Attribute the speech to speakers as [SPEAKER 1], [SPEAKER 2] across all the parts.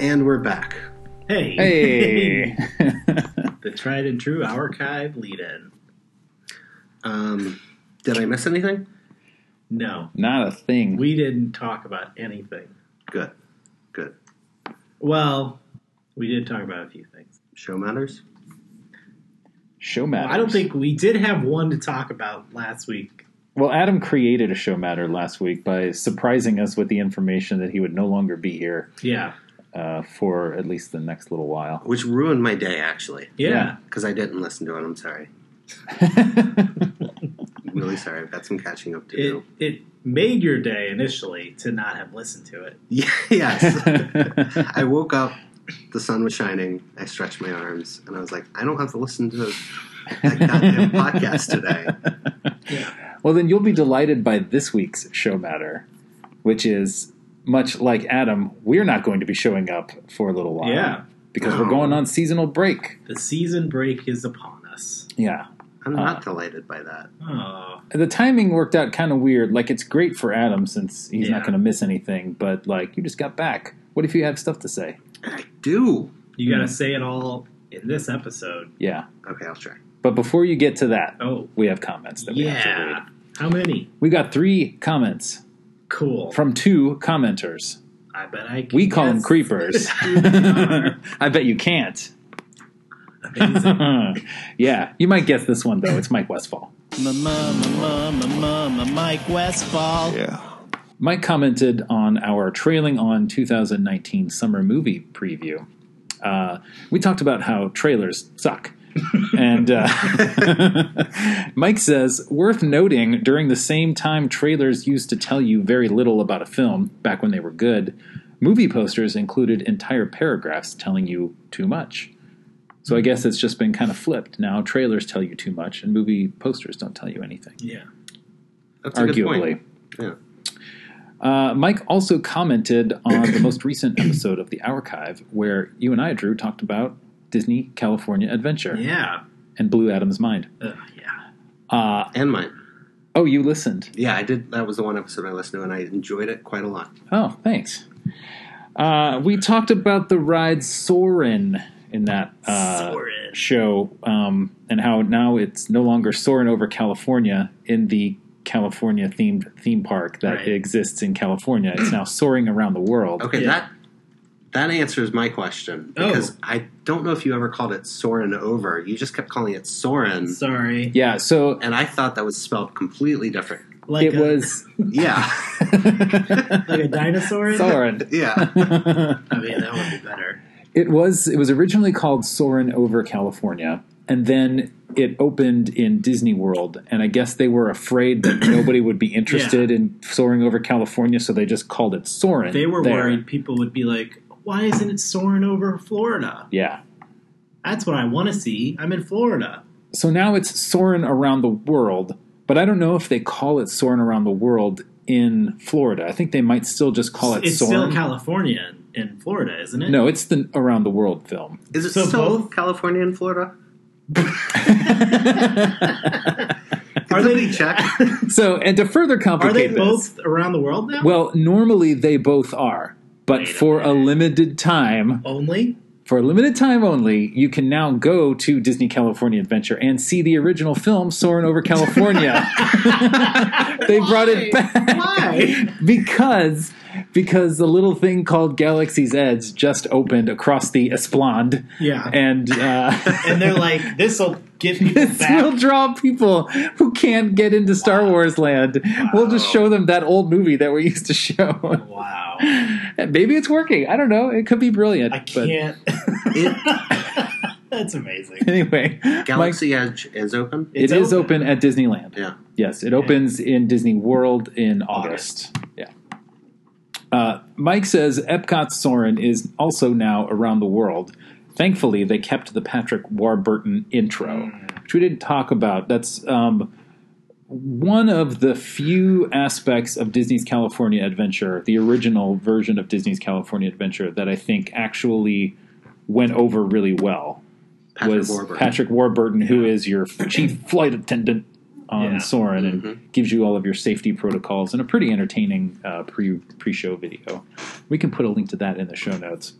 [SPEAKER 1] And we're back.
[SPEAKER 2] Hey.
[SPEAKER 3] Hey.
[SPEAKER 2] the tried and true archive lead in.
[SPEAKER 1] Um, did I miss anything?
[SPEAKER 2] No,
[SPEAKER 3] Not a thing.
[SPEAKER 2] we didn't talk about anything.
[SPEAKER 1] Good. Good.
[SPEAKER 2] Well, we did talk about a few things.
[SPEAKER 1] Show matters?
[SPEAKER 3] show matter.
[SPEAKER 2] I don't think we did have one to talk about last week.
[SPEAKER 3] Well, Adam created a show matter last week by surprising us with the information that he would no longer be here
[SPEAKER 2] Yeah.
[SPEAKER 3] uh, for at least the next little while.
[SPEAKER 1] Which ruined my day, actually,
[SPEAKER 2] Yeah.
[SPEAKER 3] Yeah.
[SPEAKER 1] because I didn't listen to it. I'm sorry. Really sorry. I've got some catching up to
[SPEAKER 2] It
[SPEAKER 1] do.
[SPEAKER 2] it made your day initially to not have listened to it.
[SPEAKER 1] Yeah, yes. I woke up, the sun was shining, I stretched my arms, and I was like, I don't have to listen to that goddamn podcast today.
[SPEAKER 3] Well, then you'll be delighted by this week's show matter, which is much like Adam, we're not going to be showing up for a little while.
[SPEAKER 2] Yeah.
[SPEAKER 3] Because we're going on seasonal break.
[SPEAKER 2] The season break is upon us.
[SPEAKER 3] Yeah.
[SPEAKER 1] I'm not
[SPEAKER 3] Uh.
[SPEAKER 1] delighted by that.
[SPEAKER 2] Oh.
[SPEAKER 3] The timing worked out kind of weird. Like, it's great for Adam since he's
[SPEAKER 2] Yeah.
[SPEAKER 3] not going to miss anything, but, like, you just got back. What if you have stuff to say?
[SPEAKER 1] And I do.
[SPEAKER 2] You got to
[SPEAKER 3] Mhm.
[SPEAKER 2] say it all in this episode.
[SPEAKER 3] Yeah.
[SPEAKER 1] Okay, I'll try.
[SPEAKER 3] But before you get to that,
[SPEAKER 2] Oh,
[SPEAKER 3] we have comments that we have to read.
[SPEAKER 2] yeah. How many?
[SPEAKER 3] We got three comments
[SPEAKER 2] Cool.
[SPEAKER 3] from two commenters.
[SPEAKER 2] I bet I can
[SPEAKER 3] We call them
[SPEAKER 2] guess.
[SPEAKER 3] creepers. I bet you can't.
[SPEAKER 2] Amazing.
[SPEAKER 3] yeah, you might guess this one though. It's Mike Westfall.
[SPEAKER 4] Mike Westfall.
[SPEAKER 3] Mike commented on our trailing on 2019 summer movie preview. Uh, we talked about how trailers suck. and uh, Mike says, worth noting during the same time trailers used to tell you very little about a film, back when they were good, movie posters included entire paragraphs telling you too much. So I guess it's just been kind of flipped. Now trailers tell you too much, and movie posters don't tell you anything.
[SPEAKER 2] yeah.
[SPEAKER 1] That's a good
[SPEAKER 3] Arguably.
[SPEAKER 1] point. Yeah.
[SPEAKER 3] Uh, Mike also commented on the most recent episode of The Archive, where you and I, Drew, talked about Disney California Adventure
[SPEAKER 2] Yeah.
[SPEAKER 3] and blew Adam's mind.
[SPEAKER 2] Ugh, yeah.
[SPEAKER 3] Uh,
[SPEAKER 1] And mine.
[SPEAKER 3] oh, you listened.
[SPEAKER 1] Yeah, I did. That was the one episode I listened to, and I enjoyed it quite a lot.
[SPEAKER 3] Oh, thanks. Uh, we talked about the ride Soarin' in that uh,
[SPEAKER 2] Soarin'.
[SPEAKER 3] show um, and how now it's no longer Soarin' over California in the California themed theme park that
[SPEAKER 2] Right.
[SPEAKER 3] exists in California. It's now soaring around the world.
[SPEAKER 1] Okay,
[SPEAKER 2] Yeah.
[SPEAKER 1] that that answers my question
[SPEAKER 2] Oh.
[SPEAKER 1] because I don't know if you ever called it Soren over. You just kept calling it Soren,
[SPEAKER 2] Sorry.
[SPEAKER 3] Yeah, so
[SPEAKER 1] and I thought that was spelled completely different.
[SPEAKER 2] Like uh,
[SPEAKER 3] it
[SPEAKER 2] a,
[SPEAKER 3] was
[SPEAKER 1] Yeah,
[SPEAKER 2] like a dinosaur.
[SPEAKER 3] Soarin'.
[SPEAKER 1] yeah.
[SPEAKER 2] I mean, that would be better.
[SPEAKER 3] It was it was originally called Soarin' over California, and then it opened in Disney World, and I guess they were afraid that nobody would be interested in soaring over California, so they just called it Soarin'.
[SPEAKER 2] They were
[SPEAKER 3] there.
[SPEAKER 2] worried people would be like, "Why isn't it soaring over Florida?
[SPEAKER 3] Yeah.
[SPEAKER 2] That's what I want to see. I'm in Florida."
[SPEAKER 3] So now it's Soarin' around the world, but I don't know if they call it Soarin' around the world in Florida. I think they might still just call it
[SPEAKER 2] it's
[SPEAKER 3] Soarin'.
[SPEAKER 2] still California in- in Florida, isn't it?
[SPEAKER 3] no, it's the around the world film.
[SPEAKER 1] Is it
[SPEAKER 2] So
[SPEAKER 1] still
[SPEAKER 2] both-
[SPEAKER 1] California and Florida?
[SPEAKER 2] Are
[SPEAKER 1] Somebody
[SPEAKER 2] they-
[SPEAKER 1] check?
[SPEAKER 3] So, and to further
[SPEAKER 2] Are
[SPEAKER 3] complicate
[SPEAKER 2] they
[SPEAKER 3] this,
[SPEAKER 2] both around the world now?
[SPEAKER 3] Well, normally they both are, but
[SPEAKER 2] Wait a
[SPEAKER 3] for a,
[SPEAKER 2] minute.
[SPEAKER 3] limited time,
[SPEAKER 2] only.
[SPEAKER 3] for a limited time only, you can now go to Disney California Adventure and see the original film Soarin' Over California. they brought it back
[SPEAKER 2] Why?
[SPEAKER 3] because because the little thing called Galaxy's Edge just opened across the Esplanade,
[SPEAKER 2] Yeah.
[SPEAKER 3] and uh,
[SPEAKER 2] and they're like, "This will give people
[SPEAKER 3] this
[SPEAKER 2] back."
[SPEAKER 3] will draw people who can't get into Star Wars land. We'll just
[SPEAKER 2] Wow.
[SPEAKER 3] show them that old movie that we used to show.
[SPEAKER 2] wow.
[SPEAKER 3] Maybe it's working. I don't know. It could be brilliant.
[SPEAKER 2] I
[SPEAKER 3] But
[SPEAKER 2] can't. That's amazing.
[SPEAKER 3] anyway, Mike,
[SPEAKER 1] Galaxy Edge is open.
[SPEAKER 3] it
[SPEAKER 2] It's
[SPEAKER 3] is
[SPEAKER 2] open.
[SPEAKER 3] open at Disneyland.
[SPEAKER 1] Yeah.
[SPEAKER 3] Yes, it opens in Disney World in August. Yeah. Uh, Mike says Epcot Soarin' is also now around the world. Thankfully, they kept the Patrick Warburton intro,
[SPEAKER 1] Hmm.
[SPEAKER 3] which we didn't talk about. That's um, one of the few aspects of Disney's California Adventure, the original version of Disney's California Adventure, that I think actually went over really well
[SPEAKER 1] Patrick
[SPEAKER 3] was
[SPEAKER 1] Warburton.
[SPEAKER 3] Patrick Warburton, who is your chief flight attendant on
[SPEAKER 2] Yeah.
[SPEAKER 3] Soren, and gives you all of your safety protocols and a pretty entertaining uh, pre pre show video. We can put a link to that in the show notes.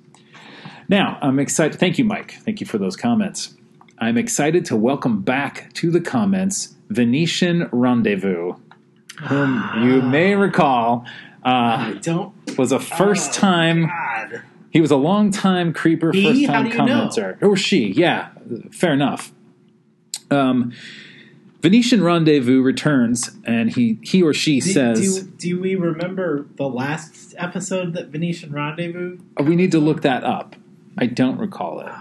[SPEAKER 3] Now, I'm excited. Thank you, Mike. Thank you for those comments. I'm excited to welcome back to the comments Venetian Rendezvous, whom you may recall
[SPEAKER 2] I
[SPEAKER 3] uh,
[SPEAKER 2] don't.
[SPEAKER 3] was a first
[SPEAKER 2] Oh,
[SPEAKER 3] time.
[SPEAKER 2] God.
[SPEAKER 3] He was a long time creeper,
[SPEAKER 2] He?
[SPEAKER 3] first
[SPEAKER 2] How
[SPEAKER 3] time
[SPEAKER 2] do you know?
[SPEAKER 3] commenter, or she. Yeah, fair enough. Um, Venetian Rendezvous returns, and he he or she
[SPEAKER 2] Do,
[SPEAKER 3] says
[SPEAKER 2] do, do we remember the last episode that Venetian Rendezvous?
[SPEAKER 3] Uh, we need to look that up. I don't recall it.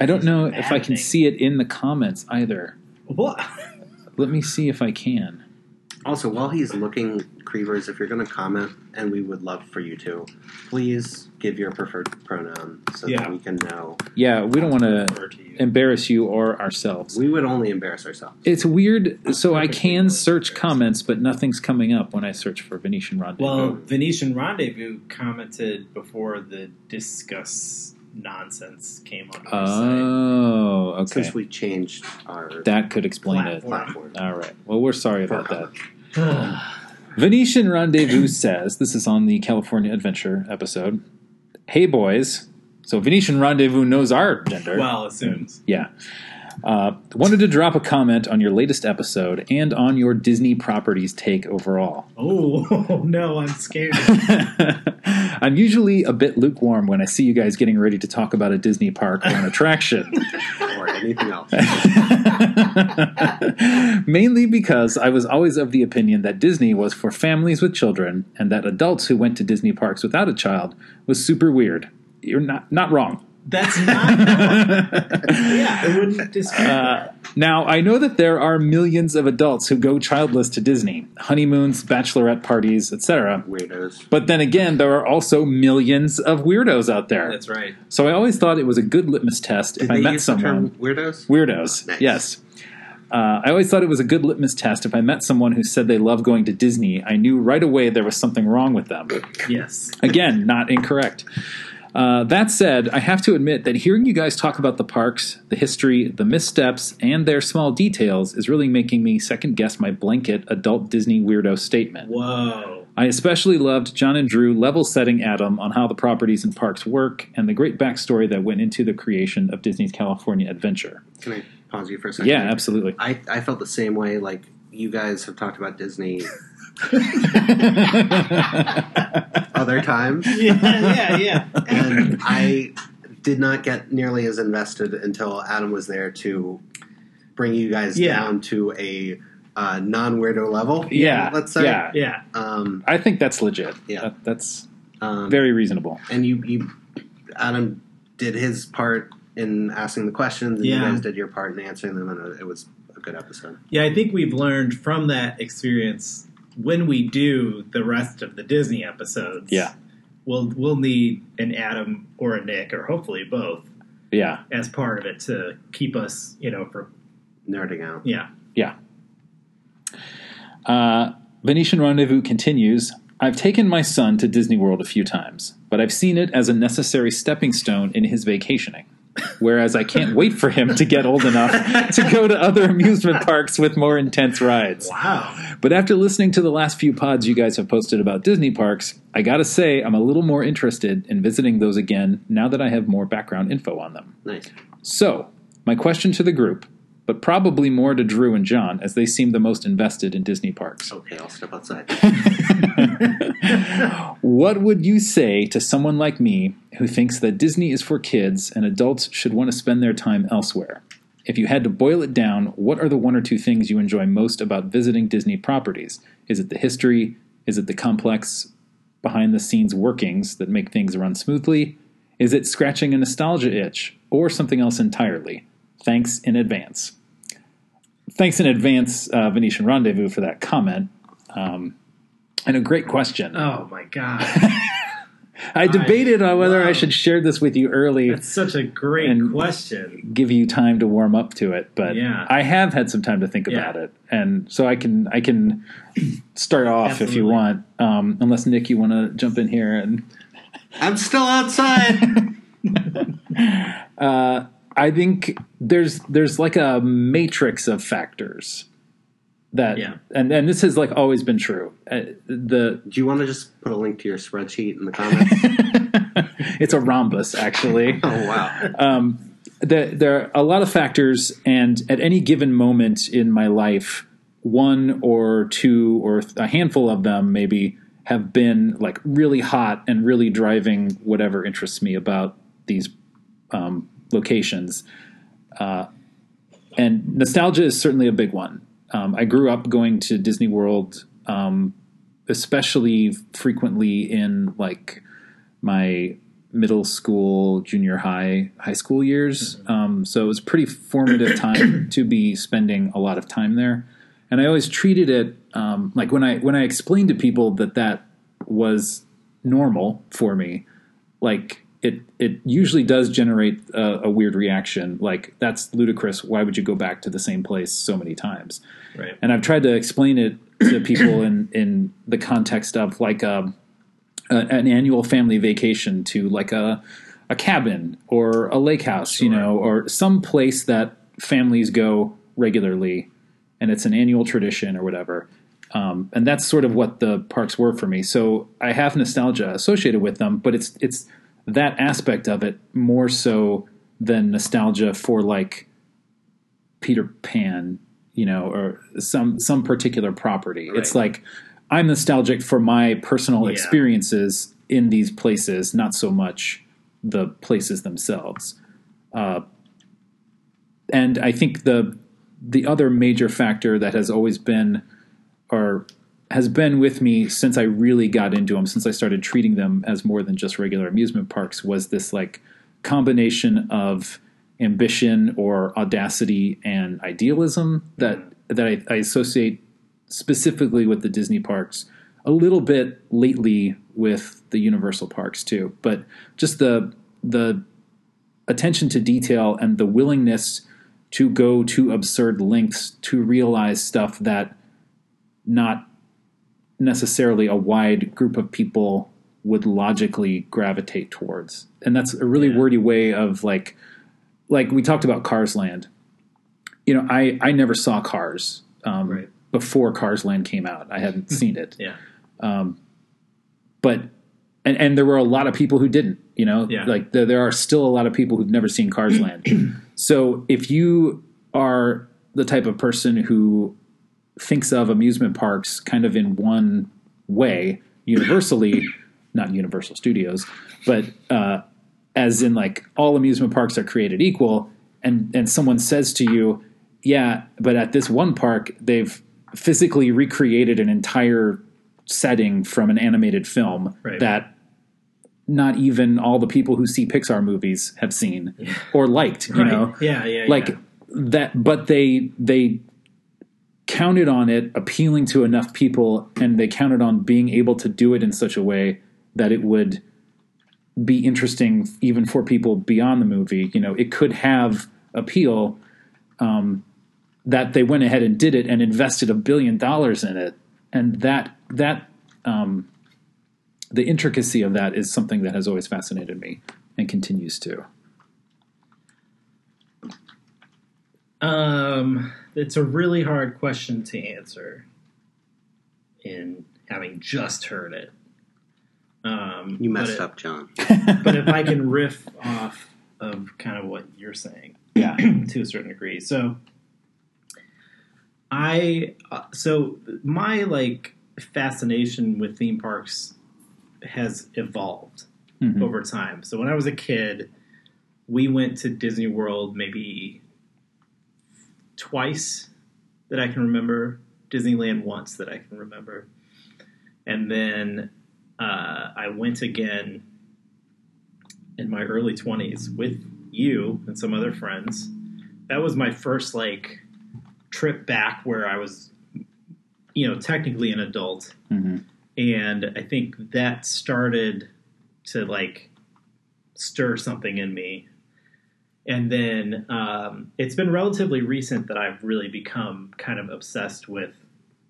[SPEAKER 3] I don't know if I can
[SPEAKER 2] maddening.
[SPEAKER 3] see it in the comments either.
[SPEAKER 2] What?
[SPEAKER 3] Let me see if I can.
[SPEAKER 1] Also, while he's looking, Creevers, if you're going to comment, and we would love for you to, please give your preferred pronoun so
[SPEAKER 2] Yeah.
[SPEAKER 1] that we can know.
[SPEAKER 3] Yeah, we don't want to
[SPEAKER 2] Refer to you.
[SPEAKER 3] embarrass you or ourselves.
[SPEAKER 1] We would only embarrass ourselves.
[SPEAKER 3] It's weird. So I can search comments, but nothing's coming up when I search for Venetian Rendezvous.
[SPEAKER 2] Well, Venetian Rendezvous commented before the discuss nonsense came on our site.
[SPEAKER 3] oh, okay.
[SPEAKER 1] Since we changed our
[SPEAKER 3] That could explain it.
[SPEAKER 1] platform.
[SPEAKER 3] All right. Well, we're sorry about
[SPEAKER 1] For
[SPEAKER 3] that. Venetian Rendezvous says, this is on the California Adventure episode. Hey, boys. So Venetian Rendezvous knows our gender.
[SPEAKER 2] well, assumes.
[SPEAKER 3] Yeah. Uh, wanted to drop a comment on your latest episode and on your Disney properties take overall.
[SPEAKER 2] Oh no, I'm scared.
[SPEAKER 3] I'm usually a bit lukewarm when I see you guys getting ready to talk about a Disney park or an attraction.
[SPEAKER 1] or anything else.
[SPEAKER 3] Mainly because I was always of the opinion that Disney was for families with children and that adults who went to Disney parks without a child was super weird. You're not not wrong.
[SPEAKER 2] That's not. yeah, I wouldn't dispute.
[SPEAKER 3] Uh, now, I know that there are millions of adults who go childless to Disney, honeymoons, bachelorette parties, etc.
[SPEAKER 1] Weirdos.
[SPEAKER 3] But then again, there are also millions of weirdos out there.
[SPEAKER 2] That's right.
[SPEAKER 3] So I always thought it was a good litmus test if
[SPEAKER 1] Did
[SPEAKER 3] I
[SPEAKER 1] they
[SPEAKER 3] met
[SPEAKER 1] use the term
[SPEAKER 3] someone.
[SPEAKER 1] weirdos?
[SPEAKER 3] Weirdos.
[SPEAKER 1] Nice.
[SPEAKER 3] Yes. Uh, I always thought it was a good litmus test if I met someone who said they love going to Disney. I knew right away there was something wrong with them.
[SPEAKER 2] Yes.
[SPEAKER 3] Again, not incorrect. Uh, that said, I have to admit that hearing you guys talk about the parks, the history, the missteps, and their small details is really making me second guess my blanket adult Disney weirdo statement.
[SPEAKER 2] Whoa.
[SPEAKER 3] I especially loved John and Drew level setting Adam on how the properties and parks work and the great backstory that went into the creation of Disney's California Adventure.
[SPEAKER 1] Can I pause you for a second?
[SPEAKER 3] Yeah, absolutely.
[SPEAKER 1] I, I felt the same way. Like, you guys have talked about Disney other times,
[SPEAKER 2] Yeah, yeah, yeah.
[SPEAKER 1] and I did not get nearly as invested until Adam was there to bring you guys
[SPEAKER 2] Yeah.
[SPEAKER 1] down to a uh, non weirdo level.
[SPEAKER 3] yeah,
[SPEAKER 1] let's say.
[SPEAKER 3] yeah.
[SPEAKER 2] Yeah.
[SPEAKER 1] Um,
[SPEAKER 3] I think that's legit.
[SPEAKER 1] Yeah.
[SPEAKER 3] That- that's
[SPEAKER 1] um,
[SPEAKER 3] very reasonable.
[SPEAKER 1] and you, you, Adam did his part in asking the questions, and
[SPEAKER 2] Yeah.
[SPEAKER 1] you guys did your part in answering them, and it was a good episode.
[SPEAKER 2] Yeah, I think we've learned from that experience when we do the rest of the Disney episodes.
[SPEAKER 3] Yeah.
[SPEAKER 2] We'll we'll need an Adam or a Nick or hopefully both
[SPEAKER 3] Yeah,
[SPEAKER 2] as part of it to keep us, you know, for
[SPEAKER 1] Nerding out.
[SPEAKER 2] yeah.
[SPEAKER 3] yeah. Uh, Venetian Rendezvous continues. I've taken my son to Disney World a few times, but I've seen it as a necessary stepping stone in his vacationing. Whereas I can't wait for him to get old enough to go to other amusement parks with more intense rides.
[SPEAKER 2] Wow.
[SPEAKER 3] But after listening to the last few pods you guys have posted about Disney parks, I gotta say I'm a little more interested in visiting those again now that I have more background info on them.
[SPEAKER 1] Nice.
[SPEAKER 3] So, my question to the group, but probably more to Drew and John as they seem the most invested in Disney parks.
[SPEAKER 1] Okay, I'll step outside.
[SPEAKER 3] What would you say to someone like me who thinks that Disney is for kids and adults should want to spend their time elsewhere? If you had to boil it down, what are the one or two things you enjoy most about visiting Disney properties? Is it the history? Is it the complex behind the scenes workings that make things run smoothly? Is it scratching a nostalgia itch or something else entirely? Thanks in advance. Thanks in advance, uh, Venetian Rendezvous, for that comment. Um, and a great question.
[SPEAKER 2] Oh my god.
[SPEAKER 3] I debated on whether I should share this with you early,
[SPEAKER 2] That's such a great
[SPEAKER 3] And-
[SPEAKER 2] question.
[SPEAKER 3] give you time to warm up to it, but
[SPEAKER 2] Yeah.
[SPEAKER 3] I have had some time to think
[SPEAKER 2] Yeah.
[SPEAKER 3] about it, and so I can I can start off if you
[SPEAKER 2] Absolutely.
[SPEAKER 3] want, um, unless Nick, you want to jump in here and.
[SPEAKER 1] I'm still outside.
[SPEAKER 3] I think there's there's like a matrix of factors That
[SPEAKER 2] Yeah.
[SPEAKER 3] and and this has like always been true. Uh, the
[SPEAKER 1] Do you want to just put a link to your spreadsheet in the comments?
[SPEAKER 3] it's a rhombus actually.
[SPEAKER 1] oh wow!
[SPEAKER 3] um, there, there are a lot of factors, and at any given moment in my life, one or two or th- a handful of them maybe have been like really hot and really driving whatever interests me about these um, locations. Uh, and nostalgia is certainly a big one. Um, I grew up going to Disney World, um, especially frequently in like my middle school, junior high, high school years. Um, so it was a pretty formative time to be spending a lot of time there. And I always treated it um, like when I when I explained to people that that was normal for me, like it it usually does generate a, a weird reaction. Like that's ludicrous. Why would you go back to the same place so many times?
[SPEAKER 2] Right.
[SPEAKER 3] and I've tried to explain it to people in in the context of like a, a an annual family vacation to like a a cabin or a lake house, you know, or some place that families go regularly, and it's an annual tradition or whatever. Um, and that's sort of what the parks were for me. So I have nostalgia associated with them, but it's it's that aspect of it more so than nostalgia for like Peter Pan, you know, or some some particular property. It's like I'm nostalgic for my personal
[SPEAKER 2] Yeah.
[SPEAKER 3] experiences in these places, not so much the places themselves. Uh, and I think the the other major factor that has always been or has been with me since I really got into them, since I started treating them as more than just regular amusement parks, was this like combination of ambition or audacity and idealism that that I, I associate specifically with the Disney parks. A little bit lately with the Universal parks too, but just the the attention to detail and the willingness to go to absurd lengths to realize stuff that not necessarily a wide group of people would logically gravitate towards. And that's a really wordy way of like like we talked about Cars Land. You know, I I never saw Cars um,
[SPEAKER 2] Right.
[SPEAKER 3] before Cars Land came out. I hadn't seen it
[SPEAKER 2] Yeah.
[SPEAKER 3] but and, and there were a lot of people who didn't you know
[SPEAKER 2] Yeah.
[SPEAKER 3] like there, there are still a lot of people who've never seen cars land so if you are the type of person who thinks of amusement parks kind of in one way universally not universal studios but uh, as in like all amusement parks are created equal and and someone says to you yeah but at this one park they've physically recreated an entire setting from an animated film
[SPEAKER 2] Right.
[SPEAKER 3] that not even all the people who see Pixar movies have seen or liked, you
[SPEAKER 2] Right.
[SPEAKER 3] know.
[SPEAKER 2] Yeah. Yeah.
[SPEAKER 3] Like
[SPEAKER 2] yeah.
[SPEAKER 3] that but they they counted on it appealing to enough people and they counted on being able to do it in such a way that it would be interesting even for people beyond the movie. You know, it could have appeal um, that they went ahead and did it and invested a billion dollars in it, and that that um, the intricacy of that is something that has always fascinated me and continues to.
[SPEAKER 2] Um, it's a really hard question to answer. In having just heard it, um,
[SPEAKER 1] You
[SPEAKER 2] but
[SPEAKER 1] messed
[SPEAKER 2] it-
[SPEAKER 1] up, John.
[SPEAKER 2] but if I can riff off of kind of what you're saying,
[SPEAKER 3] Yeah.
[SPEAKER 2] to a certain degree. So, I uh, so my like fascination with theme parks has evolved
[SPEAKER 3] Mhm.
[SPEAKER 2] over time. So when I was a kid, we went to Disney World maybe twice that I can remember, Disneyland once that I can remember, and then uh, I went again in my early 20s with you and some other friends. That was my first like trip back where I was you know technically an adult
[SPEAKER 3] Mhm.
[SPEAKER 2] and I think that started to like stir something in me. And then um, it's been relatively recent that I've really become kind of obsessed with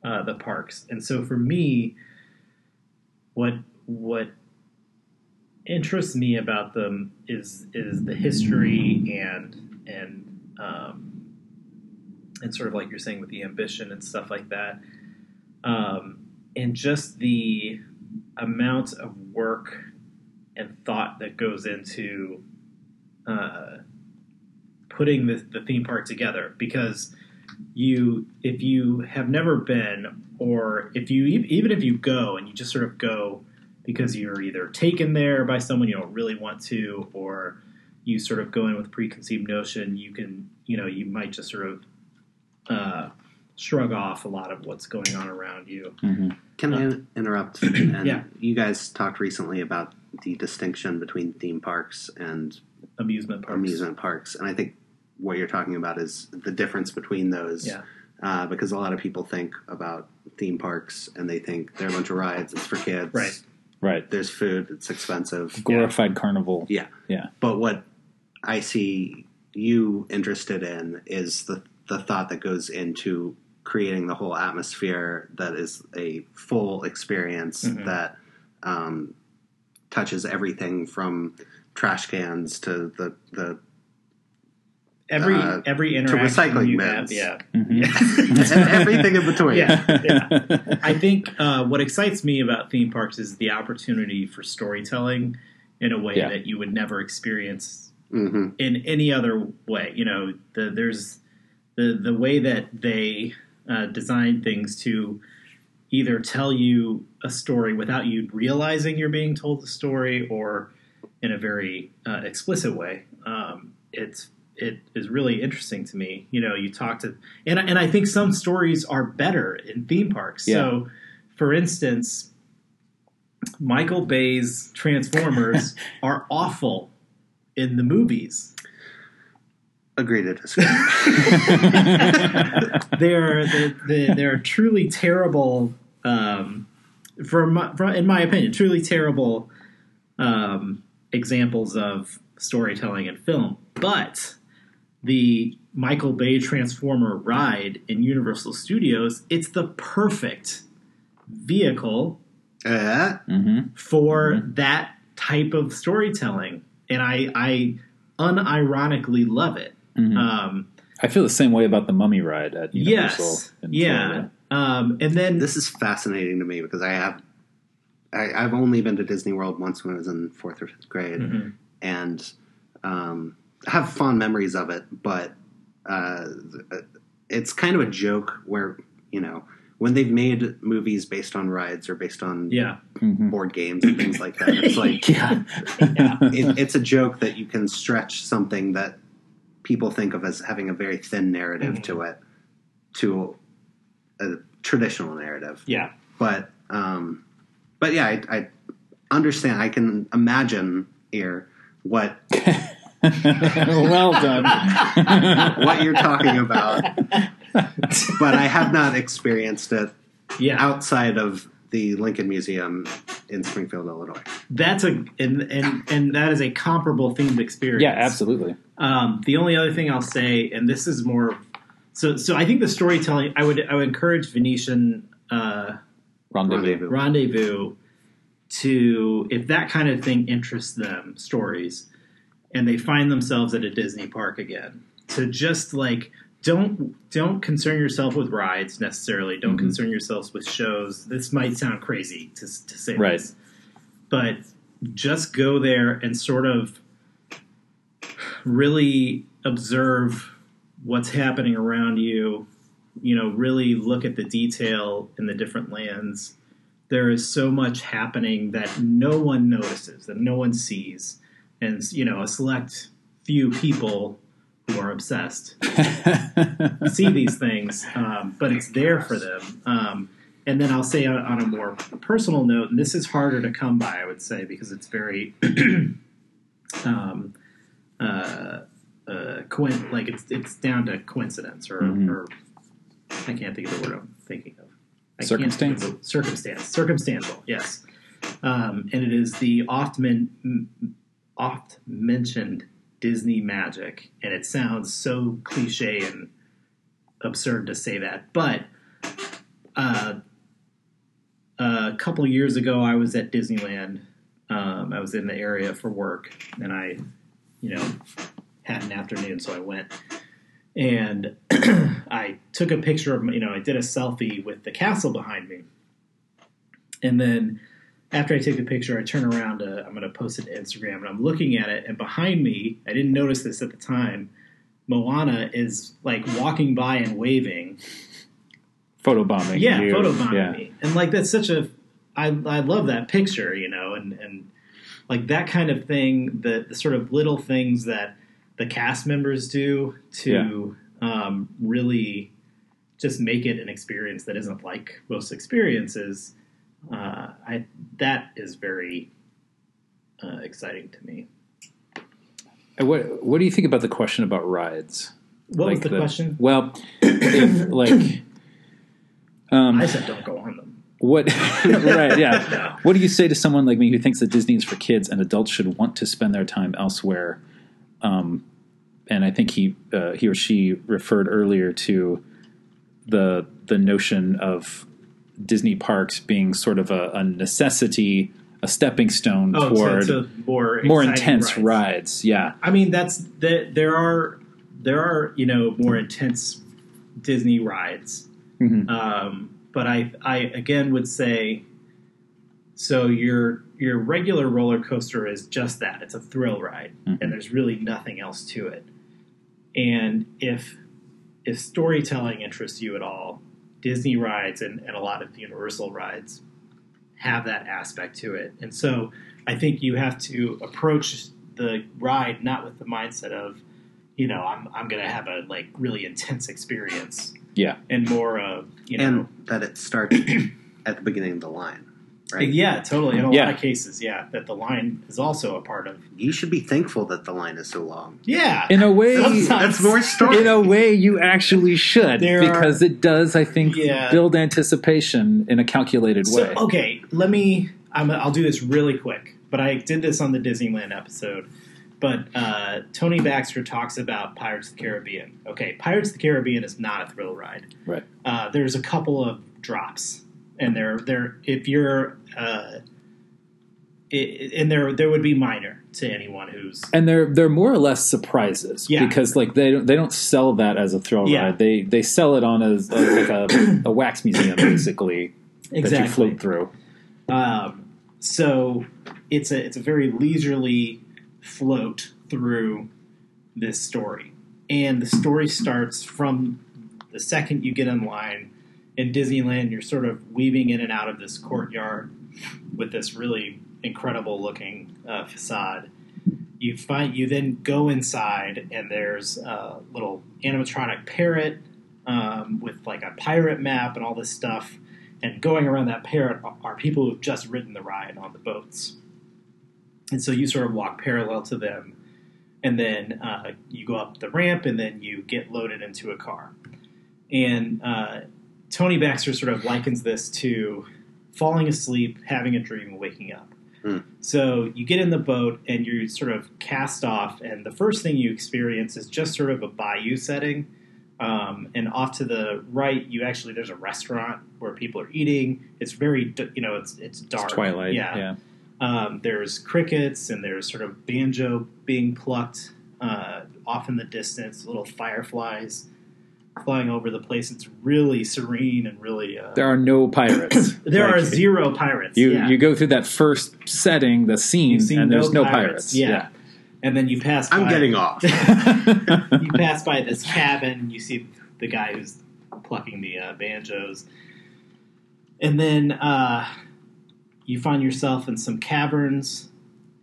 [SPEAKER 2] uh, the parks. And so for me, what what interests me about them is is the history and and um, and sort of like you're saying with the ambition and stuff like that. Um, and just the amount of work and thought that goes into uh, putting the, the theme park together because you if you have never been or if you e- even if you go and you just sort of go because you're either taken there by someone you don't really want to or you sort of go in with preconceived notion you can you know you might just sort of uh, shrug off a lot of what's going on around you
[SPEAKER 1] Can I interrupt? And
[SPEAKER 2] Yeah.
[SPEAKER 1] You guys talked recently about the distinction between theme parks and
[SPEAKER 2] amusement parks
[SPEAKER 1] amusement parks, and I think what you're talking about is the difference between those.
[SPEAKER 2] Yeah.
[SPEAKER 1] Uh, because a lot of people think about theme parks and they think they're a bunch of rides. It's for kids.
[SPEAKER 2] Right.
[SPEAKER 3] Right.
[SPEAKER 1] There's food. It's expensive.
[SPEAKER 3] Glorified carnival.
[SPEAKER 1] Yeah.
[SPEAKER 3] Yeah.
[SPEAKER 1] But what I see you interested in is the the thought that goes into creating the whole atmosphere that is a full experience
[SPEAKER 2] Mhm.
[SPEAKER 1] that um, touches everything from trash cans to the the
[SPEAKER 2] every
[SPEAKER 1] uh,
[SPEAKER 2] every interaction
[SPEAKER 1] recycling
[SPEAKER 2] you
[SPEAKER 1] bins.
[SPEAKER 2] have yeah
[SPEAKER 3] Mhm.
[SPEAKER 2] yeah
[SPEAKER 1] and everything in between.
[SPEAKER 2] Yeah. I think uh, what excites me about theme parks is the opportunity for storytelling in a way
[SPEAKER 3] Yeah.
[SPEAKER 2] that you would never experience
[SPEAKER 1] hmm
[SPEAKER 2] in any other way. You know, the, there's the the way that they uh, design things to either tell you a story without you realizing you're being told the story, or in a very uh, explicit way. Um, it's it is really interesting to me. You know, you talk to and I- and I think some stories are better in theme parks. So, for instance. Michael Bay's Transformers are awful in the movies.
[SPEAKER 1] Agree to disagree.
[SPEAKER 2] they're they're, they're, they're truly terrible. Um, for, my, for in my opinion, truly terrible um, examples of storytelling in film. But the Michael Bay Transformer ride in Universal Studios, it's the perfect vehicle
[SPEAKER 1] Uh,
[SPEAKER 3] Mhm.
[SPEAKER 2] for that type of storytelling, and I I unironically love it. Um,
[SPEAKER 3] I feel the same way about the mummy ride at Universal.
[SPEAKER 2] Yes.
[SPEAKER 3] in
[SPEAKER 2] Yeah.
[SPEAKER 3] Florida.
[SPEAKER 2] Um, and then
[SPEAKER 1] this is fascinating to me because I have I, I've only been to Disney World once when I was in fourth or fifth grade,
[SPEAKER 2] Mhm.
[SPEAKER 1] and um, I have fond memories of it. But uh, it's kind of a joke where you know when they've made movies based on rides or based on
[SPEAKER 2] yeah,
[SPEAKER 3] Mhm.
[SPEAKER 1] board games and things like that. It's like
[SPEAKER 3] Yeah.
[SPEAKER 1] it, it's a joke that you can stretch something that people think of as having a very thin narrative to it to a traditional narrative
[SPEAKER 2] yeah,
[SPEAKER 1] but um, but yeah, I, I understand. I can imagine here what
[SPEAKER 3] Mm-hmm. well done.
[SPEAKER 1] what you're talking about, but I have not experienced it
[SPEAKER 2] yeah.
[SPEAKER 1] outside of the Lincoln Museum in Springfield, Illinois.
[SPEAKER 2] That's a and and and that is a comparable themed experience.
[SPEAKER 3] yeah, absolutely.
[SPEAKER 2] Um, the only other thing I'll say, and this is more, so so I think the storytelling. I would I would encourage Venetian uh,
[SPEAKER 3] Rendezvous.
[SPEAKER 1] Rendezvous.
[SPEAKER 2] rendezvous to if that kind of thing interests them stories and they find themselves at a disney park again to just like don't don't concern yourself with rides necessarily don't concern yourselves with shows this might sound crazy to, to say
[SPEAKER 3] Right.
[SPEAKER 2] this but just go there and sort of really observe what's happening around you you know really look at the detail in the different lands there is so much happening that no one notices that no one sees and you know a select few people who are obsessed see these things um, but it's there for them um, and then i'll say on, on a more personal note and this is harder to come by i would say because it's very um, uh, uh, coin- like it's it's down to coincidence or,
[SPEAKER 3] Mhm.
[SPEAKER 2] or I can't think of the word I'm thinking of. I can't think of
[SPEAKER 3] Circumstance?
[SPEAKER 2] the- circumstance. Circumstantial. Yes. Um, and it is the oft men- m- oft mentioned Disney magic, and it sounds so cliche and absurd to say that, but. Uh, a couple years ago, I was at Disneyland. Um, I was in the area for work, and I, you know, had an afternoon, so I went. and I took a picture of you know I did a selfie with the castle behind me, and then after I take the picture, I turn around. To, I'm going to post it to Instagram, and I'm looking at it, and behind me, I didn't notice this at the time. Moana is like walking by and waving.
[SPEAKER 3] Photobombing.
[SPEAKER 2] Yeah,
[SPEAKER 3] you.
[SPEAKER 2] photobombing
[SPEAKER 3] Yeah.
[SPEAKER 2] me, and like that's such a. I I love that picture, you know, and and like that kind of thing, the the sort of little things that the cast members do to um, really just make it an experience that isn't like most experiences. Uh, I that is very uh, exciting to me.
[SPEAKER 3] And What What do you think about the question about rides?
[SPEAKER 2] What was
[SPEAKER 3] Like
[SPEAKER 2] the, question?
[SPEAKER 3] Well, if, like, um,
[SPEAKER 2] I said don't go on them.
[SPEAKER 3] what? right? Yeah. What do you say to someone like me who thinks that Disney is for kids and adults should want to spend their time elsewhere? Um, and I think he uh, he or she referred earlier to the the notion of Disney parks being sort of a, a necessity, a stepping stone
[SPEAKER 2] Oh,
[SPEAKER 3] toward
[SPEAKER 2] to, to more
[SPEAKER 3] more
[SPEAKER 2] exciting
[SPEAKER 3] intense
[SPEAKER 2] rides.
[SPEAKER 3] rides. Yeah,
[SPEAKER 2] I mean, that's that. There are there are you know more intense Disney rides,
[SPEAKER 3] Mhm.
[SPEAKER 2] um, but I I again would say so your your regular roller coaster is just that. It's a thrill ride,
[SPEAKER 3] Mhm.
[SPEAKER 2] and there's really nothing else to it. And if if storytelling interests you at all, Disney rides and, and a lot of Universal rides have that aspect to it. And so I think you have to approach the ride not with the mindset of, you know, I'm I'm gonna have a like really intense experience.
[SPEAKER 3] Yeah.
[SPEAKER 2] And more of you know
[SPEAKER 1] and that it starts at the beginning of the line, right?
[SPEAKER 2] Yeah, totally. In a
[SPEAKER 3] Yeah.
[SPEAKER 2] lot of cases, yeah, that the line is also a part of.
[SPEAKER 1] You should be thankful that the line is so long.
[SPEAKER 2] Yeah,
[SPEAKER 3] in a way.
[SPEAKER 1] That's,
[SPEAKER 2] Sometimes-
[SPEAKER 1] that's more story.
[SPEAKER 3] in a way you actually should
[SPEAKER 2] There are-
[SPEAKER 3] because it does i think
[SPEAKER 2] Yeah.
[SPEAKER 3] build anticipation in a calculated
[SPEAKER 2] So,
[SPEAKER 3] way
[SPEAKER 2] okay, let me. I'm, I'll do this really quick, but I did this on the Disneyland episode. But uh, Tony Baxter talks about Pirates of the Caribbean. Okay, Pirates of the Caribbean is not a thrill ride.
[SPEAKER 3] Right.
[SPEAKER 2] Uh, there's a couple of drops, and they're they're if you're. Uh, it, and there, there would be minor to anyone who's
[SPEAKER 3] and they're they're more or less surprises
[SPEAKER 2] Yeah.
[SPEAKER 3] because like they don't they don't sell that as a thrill
[SPEAKER 2] Yeah.
[SPEAKER 3] ride they they sell it on as, as like a, a wax museum basically that you float through
[SPEAKER 2] Um, so it's a it's a very leisurely float through this story, and the story starts from the second you get in line in Disneyland. You're sort of weaving in and out of this courtyard with this really incredible looking uh, facade. You find you then go inside, and there's a little animatronic parrot um, with like a pirate map and all this stuff and going around that parrot are- are people who've just ridden the ride on the boats. And so you sort of walk parallel to them, and then uh, you go up the ramp, and then you get loaded into a car. And uh, Tony Baxter sort of likens this to falling asleep, having a dream, and waking up.
[SPEAKER 1] Hmm.
[SPEAKER 2] So you get in the boat and you sort of cast off, and the first thing you experience is just sort of a bayou setting. Um, and off to the right, you actually there's a restaurant where people are eating. It's very d- you know it's it's dark.
[SPEAKER 3] it's twilight
[SPEAKER 2] yeah. Um, there's crickets and there's sort of banjo being plucked uh, off in the distance, little fireflies flying over the place. It's really serene and really. Uh,
[SPEAKER 3] there are no pirates
[SPEAKER 2] there
[SPEAKER 3] Like,
[SPEAKER 2] are zero pirates.
[SPEAKER 3] you
[SPEAKER 2] yeah.
[SPEAKER 3] you go through that first setting the scene
[SPEAKER 2] You've seen
[SPEAKER 3] and there's no, pirates,
[SPEAKER 2] Yeah. And then you pass by.
[SPEAKER 1] I'm getting off.
[SPEAKER 3] yeah.
[SPEAKER 2] you pass by this cabin, you see the guy who's plucking the uh, banjos, and then uh, you find yourself in some caverns,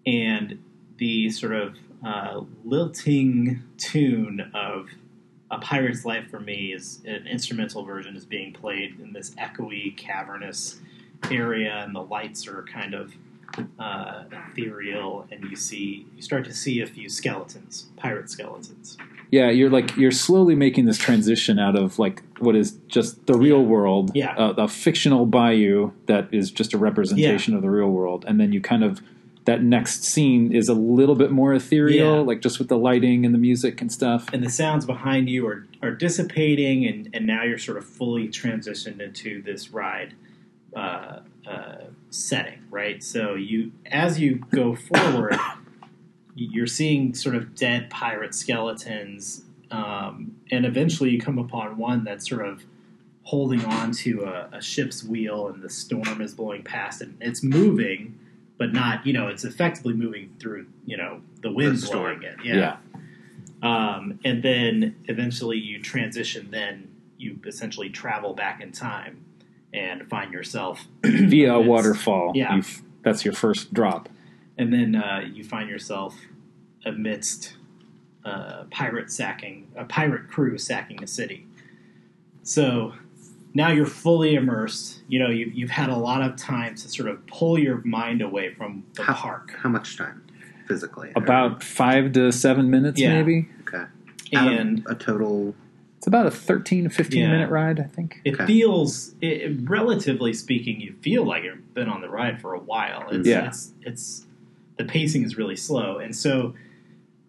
[SPEAKER 2] and the sort of uh, lilting tune of "A Pirate's Life" for me is an instrumental version is being played in this echoey, cavernous area, and the lights are kind of uh, ethereal, and you see you start to see a few skeletons, pirate skeletons.
[SPEAKER 3] yeah you're like you're slowly making this transition out of like what is just the real world
[SPEAKER 2] Yeah.
[SPEAKER 3] uh, a fictional bayou that is just a representation of the real world and then you kind of that next scene is a little bit more ethereal
[SPEAKER 2] Yeah.
[SPEAKER 3] like just with the lighting and the music and stuff
[SPEAKER 2] and the sounds behind you are, are dissipating, and, and now you're sort of fully transitioned into this ride uh, uh, setting, right? So you, as you go forward, you're seeing sort of dead pirate skeletons um, and eventually you come upon one that's sort of holding on to a, a ship's wheel, and the storm is blowing past, and it's moving, but not you know it's effectively moving through you know the wind
[SPEAKER 1] The storm.
[SPEAKER 2] blowing it, yeah. Um, and then eventually you transition, then you essentially travel back in time and find yourself
[SPEAKER 3] Via a
[SPEAKER 2] It's-
[SPEAKER 3] waterfall.
[SPEAKER 2] yeah.
[SPEAKER 3] You've- that's your first drop.
[SPEAKER 2] and then uh, you find yourself amidst uh, pirate sacking a pirate crew sacking a city. So now you're fully immersed. You know you, you've had a lot of time to sort of pull your mind away from the
[SPEAKER 1] How-
[SPEAKER 2] park.
[SPEAKER 1] How much time physically?
[SPEAKER 3] About five to seven minutes,
[SPEAKER 2] Yeah.
[SPEAKER 3] maybe.
[SPEAKER 1] okay. Out of
[SPEAKER 2] And
[SPEAKER 1] a total.
[SPEAKER 3] It's about a 13 to 15
[SPEAKER 2] Yeah.
[SPEAKER 3] minute ride, I think.
[SPEAKER 2] it
[SPEAKER 1] Okay.
[SPEAKER 2] feels, it, relatively speaking, you feel like you've been on the ride for a while. It's,
[SPEAKER 3] Yeah.
[SPEAKER 2] it's, it's the pacing is really slow, and so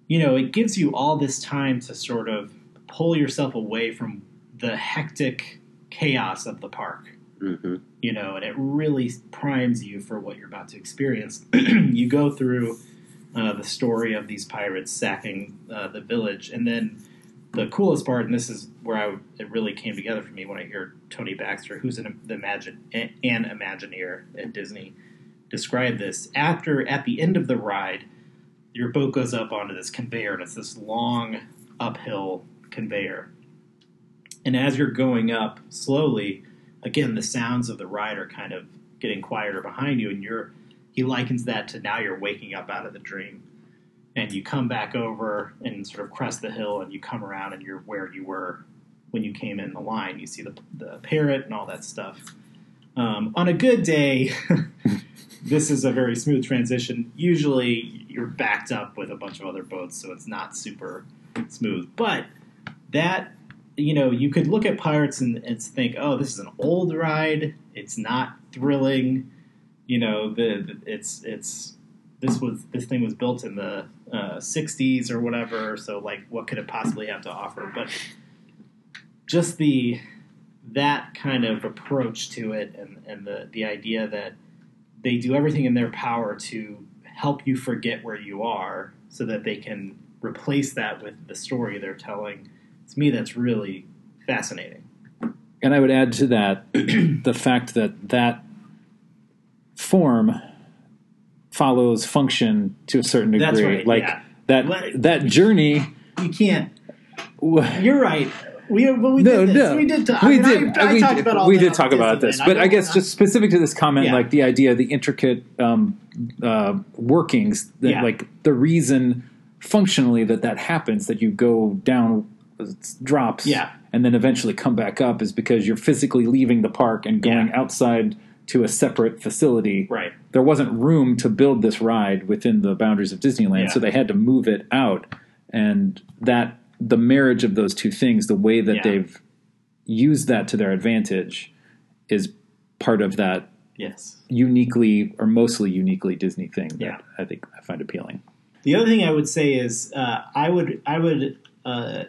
[SPEAKER 2] you know it gives you all this time to sort of pull yourself away from the hectic chaos of the park.
[SPEAKER 1] hmm
[SPEAKER 2] You know, and it really primes you for what you're about to experience. you go through uh, the story of these pirates sacking uh, the village, and then the coolest part, and this is where I it really came together for me when I hear Tony Baxter, who's an the imagine an Imagineer at Disney, describe this. After at the end of the ride, your boat goes up onto this conveyor, and it's this long uphill conveyor. And as you're going up slowly, again the sounds of the ride are kind of getting quieter behind you, and you're he likens that to now you're waking up out of the dream and you come back over and sort of crest the hill and you come around and you're where you were when you came in the line. You see the, the parrot and all that stuff. Um, on a good day, this is a very smooth transition. Usually you're backed up with a bunch of other boats, so it's not super smooth. But that, you know, you could look at Pirates and, and think, oh, this is an old ride. It's not thrilling. You know, the, the it's it's this was this thing was built in the uh, 60s or whatever so like what could it possibly have to offer but just the that kind of approach to it and, and the, the idea that they do everything in their power to help you forget where you are so that they can replace that with the story they're telling to me that's really fascinating
[SPEAKER 3] And I would add to that the fact that that form follows function to a certain degree.
[SPEAKER 2] That's right,
[SPEAKER 3] like
[SPEAKER 2] yeah.
[SPEAKER 3] that
[SPEAKER 2] Like-
[SPEAKER 3] that journey.
[SPEAKER 2] you can't
[SPEAKER 3] w-
[SPEAKER 2] you're right we, but we
[SPEAKER 3] no,
[SPEAKER 2] did this.
[SPEAKER 3] no,
[SPEAKER 2] we did. Talk,
[SPEAKER 3] we
[SPEAKER 2] I mean,
[SPEAKER 3] did.
[SPEAKER 2] I, I
[SPEAKER 3] we
[SPEAKER 2] talked
[SPEAKER 3] did,
[SPEAKER 2] about all
[SPEAKER 3] we
[SPEAKER 2] that
[SPEAKER 3] did
[SPEAKER 2] on
[SPEAKER 3] talk about
[SPEAKER 2] Disney
[SPEAKER 3] this,
[SPEAKER 2] Land.
[SPEAKER 3] but I,
[SPEAKER 2] don't-
[SPEAKER 3] guess just specific to this comment,
[SPEAKER 2] Yeah.
[SPEAKER 3] like the idea, the intricate um, uh, workings, that,
[SPEAKER 2] Yeah.
[SPEAKER 3] like the reason functionally that that happens, that you go down uh, drops,
[SPEAKER 2] Yeah.
[SPEAKER 3] and then eventually come back up, is because you're physically leaving the park and going
[SPEAKER 2] Yeah.
[SPEAKER 3] outside to a separate facility.
[SPEAKER 2] right.
[SPEAKER 3] There wasn't room to build this ride within the boundaries of Disneyland,
[SPEAKER 2] Yeah.
[SPEAKER 3] so they had to move it out, and that the marriage of those two things, the way that
[SPEAKER 2] Yeah.
[SPEAKER 3] they've use that to their advantage is part of that
[SPEAKER 2] Yes.
[SPEAKER 3] uniquely or mostly uniquely Disney thing that
[SPEAKER 2] Yeah.
[SPEAKER 3] I think I find appealing.
[SPEAKER 2] The other thing I would say is uh, I would I would uh,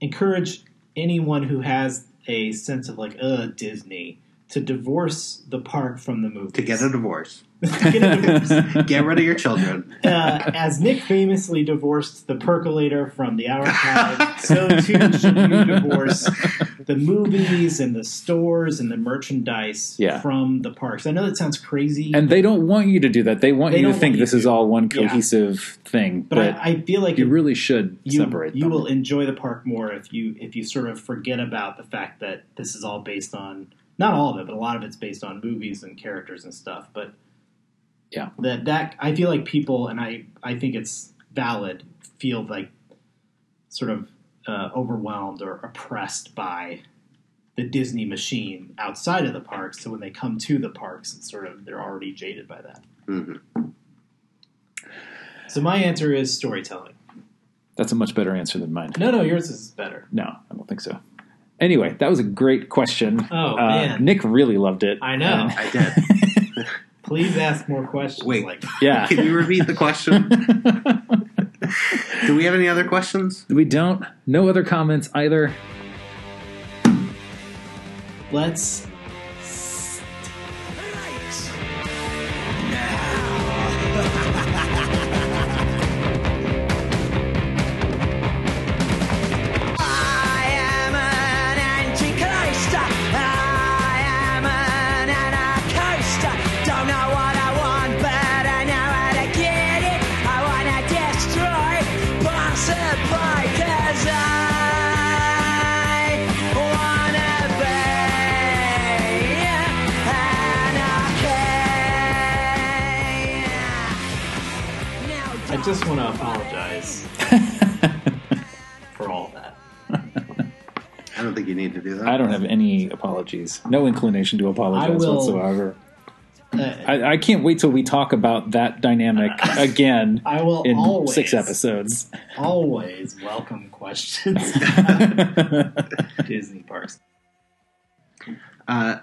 [SPEAKER 2] encourage anyone who has a sense of like uh Disney to divorce the park from the movies.
[SPEAKER 1] To get a divorce,
[SPEAKER 2] To get a divorce.
[SPEAKER 1] get rid of your children.
[SPEAKER 2] uh, as Nick famously divorced the percolator from the hour five, so too should you divorce the movies and the stores and the merchandise
[SPEAKER 3] Yeah.
[SPEAKER 2] from the parks. I know that sounds crazy,
[SPEAKER 3] and they don't want you to do that. They want
[SPEAKER 2] They
[SPEAKER 3] you to
[SPEAKER 2] don't
[SPEAKER 3] think
[SPEAKER 2] want you
[SPEAKER 3] this is
[SPEAKER 2] to.
[SPEAKER 3] all one
[SPEAKER 2] Yeah.
[SPEAKER 3] cohesive thing,
[SPEAKER 2] but
[SPEAKER 3] but,
[SPEAKER 2] I, I feel like
[SPEAKER 3] you
[SPEAKER 2] it
[SPEAKER 3] really should
[SPEAKER 2] you,
[SPEAKER 3] separate
[SPEAKER 2] you
[SPEAKER 3] them.
[SPEAKER 2] will enjoy the park more if you if you sort of forget about the fact that this is all based on not all of it but a lot of it's based on movies and characters and stuff but
[SPEAKER 3] Yeah.
[SPEAKER 2] that that i feel like people and i i think it's valid feel like sort of uh, overwhelmed or oppressed by the disney machine outside of the parks so when they come to the parks it's sort of they're already jaded by that
[SPEAKER 1] Mhm.
[SPEAKER 3] Mm-hmm.
[SPEAKER 2] so my answer is storytelling
[SPEAKER 3] That's a much better answer than mine.
[SPEAKER 2] no no yours is better
[SPEAKER 3] No, I don't think so. Anyway, that was a great question.
[SPEAKER 2] Oh,
[SPEAKER 3] Uh,
[SPEAKER 2] man.
[SPEAKER 3] Nick really loved it.
[SPEAKER 2] I know.
[SPEAKER 1] I did.
[SPEAKER 2] Please ask more questions.
[SPEAKER 1] Wait.
[SPEAKER 2] Like,
[SPEAKER 3] Yeah.
[SPEAKER 1] Can you repeat the question? Do we have any other questions?
[SPEAKER 3] we don't. No other comments either.
[SPEAKER 2] let's I just want to apologize for all that.
[SPEAKER 1] I don't think you need to do that.
[SPEAKER 3] I don't have any apologies. No inclination to
[SPEAKER 2] I
[SPEAKER 3] apologize
[SPEAKER 2] will-
[SPEAKER 3] whatsoever.
[SPEAKER 2] Uh,
[SPEAKER 3] I, I can't wait till we talk about that dynamic again
[SPEAKER 2] I will
[SPEAKER 3] in
[SPEAKER 2] always,
[SPEAKER 3] six episodes.
[SPEAKER 2] always welcome questions. Oh, Disney parks.
[SPEAKER 1] Uh,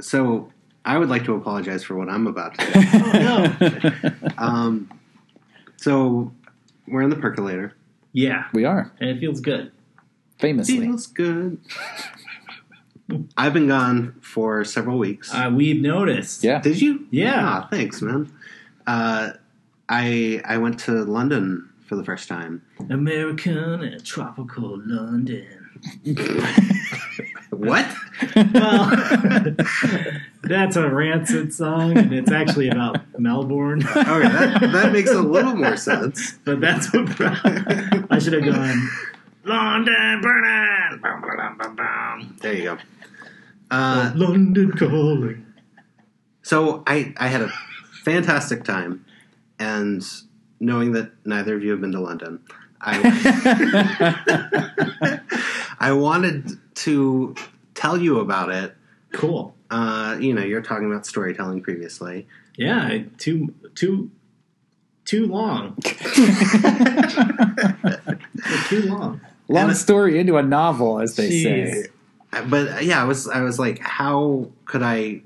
[SPEAKER 1] so I would like to apologize for what I'm about to do.
[SPEAKER 2] Oh, no.
[SPEAKER 1] um, so we're in the percolator.
[SPEAKER 2] yeah,
[SPEAKER 3] we are
[SPEAKER 2] and it feels good.
[SPEAKER 3] famously.
[SPEAKER 1] Feels good. I've been gone for several weeks.
[SPEAKER 2] Uh, we've noticed.
[SPEAKER 3] Yeah.
[SPEAKER 1] Did you?
[SPEAKER 2] Yeah.
[SPEAKER 1] Ah, thanks, man. Uh, I I went to London for the first time.
[SPEAKER 2] American and tropical London.
[SPEAKER 1] What?
[SPEAKER 2] Well, that's a rancid song, and it's actually about Melbourne.
[SPEAKER 1] Okay, Oh, that, that makes a little more sense.
[SPEAKER 2] But that's what I should have gone. London burning. Bum, bum, bum, bum, bum.
[SPEAKER 1] There you go. Uh,
[SPEAKER 2] London calling.
[SPEAKER 1] so I I had a fantastic time, and knowing that neither of you have been to London, I I wanted to tell you about it.
[SPEAKER 2] Cool.
[SPEAKER 1] Uh, you know, you're talking about storytelling previously.
[SPEAKER 2] Yeah, I- too too too long. too long.
[SPEAKER 3] Long story into a novel, as they say.
[SPEAKER 2] Jeez.
[SPEAKER 1] but uh, yeah, I was I was like, how could I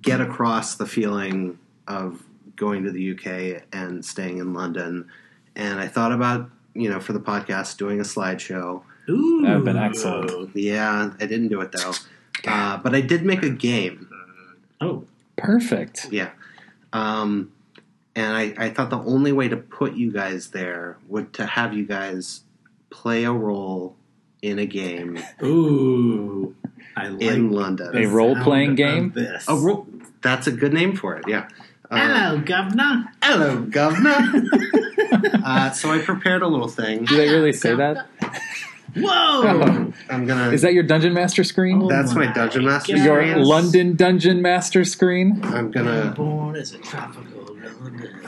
[SPEAKER 1] get across the feeling of going to the UK and staying in London? And I thought about you know for the podcast doing a slideshow.
[SPEAKER 2] Ooh,
[SPEAKER 3] That would've been excellent.
[SPEAKER 1] Yeah, I didn't do it though, uh, but I did make a game.
[SPEAKER 2] Oh,
[SPEAKER 3] Perfect.
[SPEAKER 1] Yeah, um, and I, I thought the only way to put you guys there would to have you guys play a role in a game
[SPEAKER 2] ooh, I like
[SPEAKER 1] in London.
[SPEAKER 2] the
[SPEAKER 3] A role-playing
[SPEAKER 2] sound
[SPEAKER 3] game?
[SPEAKER 2] of This.
[SPEAKER 1] A ro- that's a good name for it. Yeah. Uh,
[SPEAKER 2] Hello, governor.
[SPEAKER 1] hello, governor. uh, so I prepared a little thing.
[SPEAKER 3] Do they really say that?
[SPEAKER 2] Whoa.
[SPEAKER 1] I'm gonna.
[SPEAKER 3] Is that your dungeon master screen?
[SPEAKER 2] Oh.
[SPEAKER 1] that's my dungeon master.
[SPEAKER 2] God.
[SPEAKER 3] your
[SPEAKER 1] experience.
[SPEAKER 3] London dungeon master screen?
[SPEAKER 1] I'm gonna.
[SPEAKER 2] Born as a tropical London.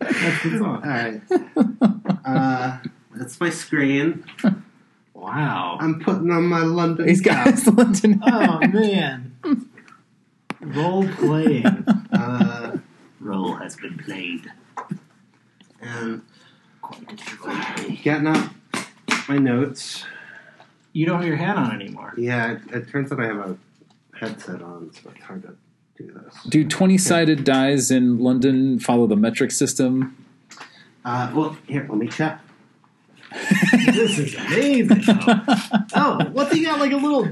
[SPEAKER 2] That's the
[SPEAKER 1] All
[SPEAKER 2] song.
[SPEAKER 1] right. Uh, that's my screen.
[SPEAKER 2] Wow.
[SPEAKER 1] I'm putting on my London.
[SPEAKER 3] He's got his London.
[SPEAKER 2] Oh man. Role playing.
[SPEAKER 1] Uh,
[SPEAKER 2] Role has been played.
[SPEAKER 1] and getting up my notes.
[SPEAKER 2] You don't have your hat on anymore.
[SPEAKER 1] Yeah, it, it turns out I have a headset on, so it's hard to do this.
[SPEAKER 3] Do 20 sided dies in London follow the metric system?
[SPEAKER 1] Uh, well, here, let me check.
[SPEAKER 2] This is amazing. oh, what's he got? Like a little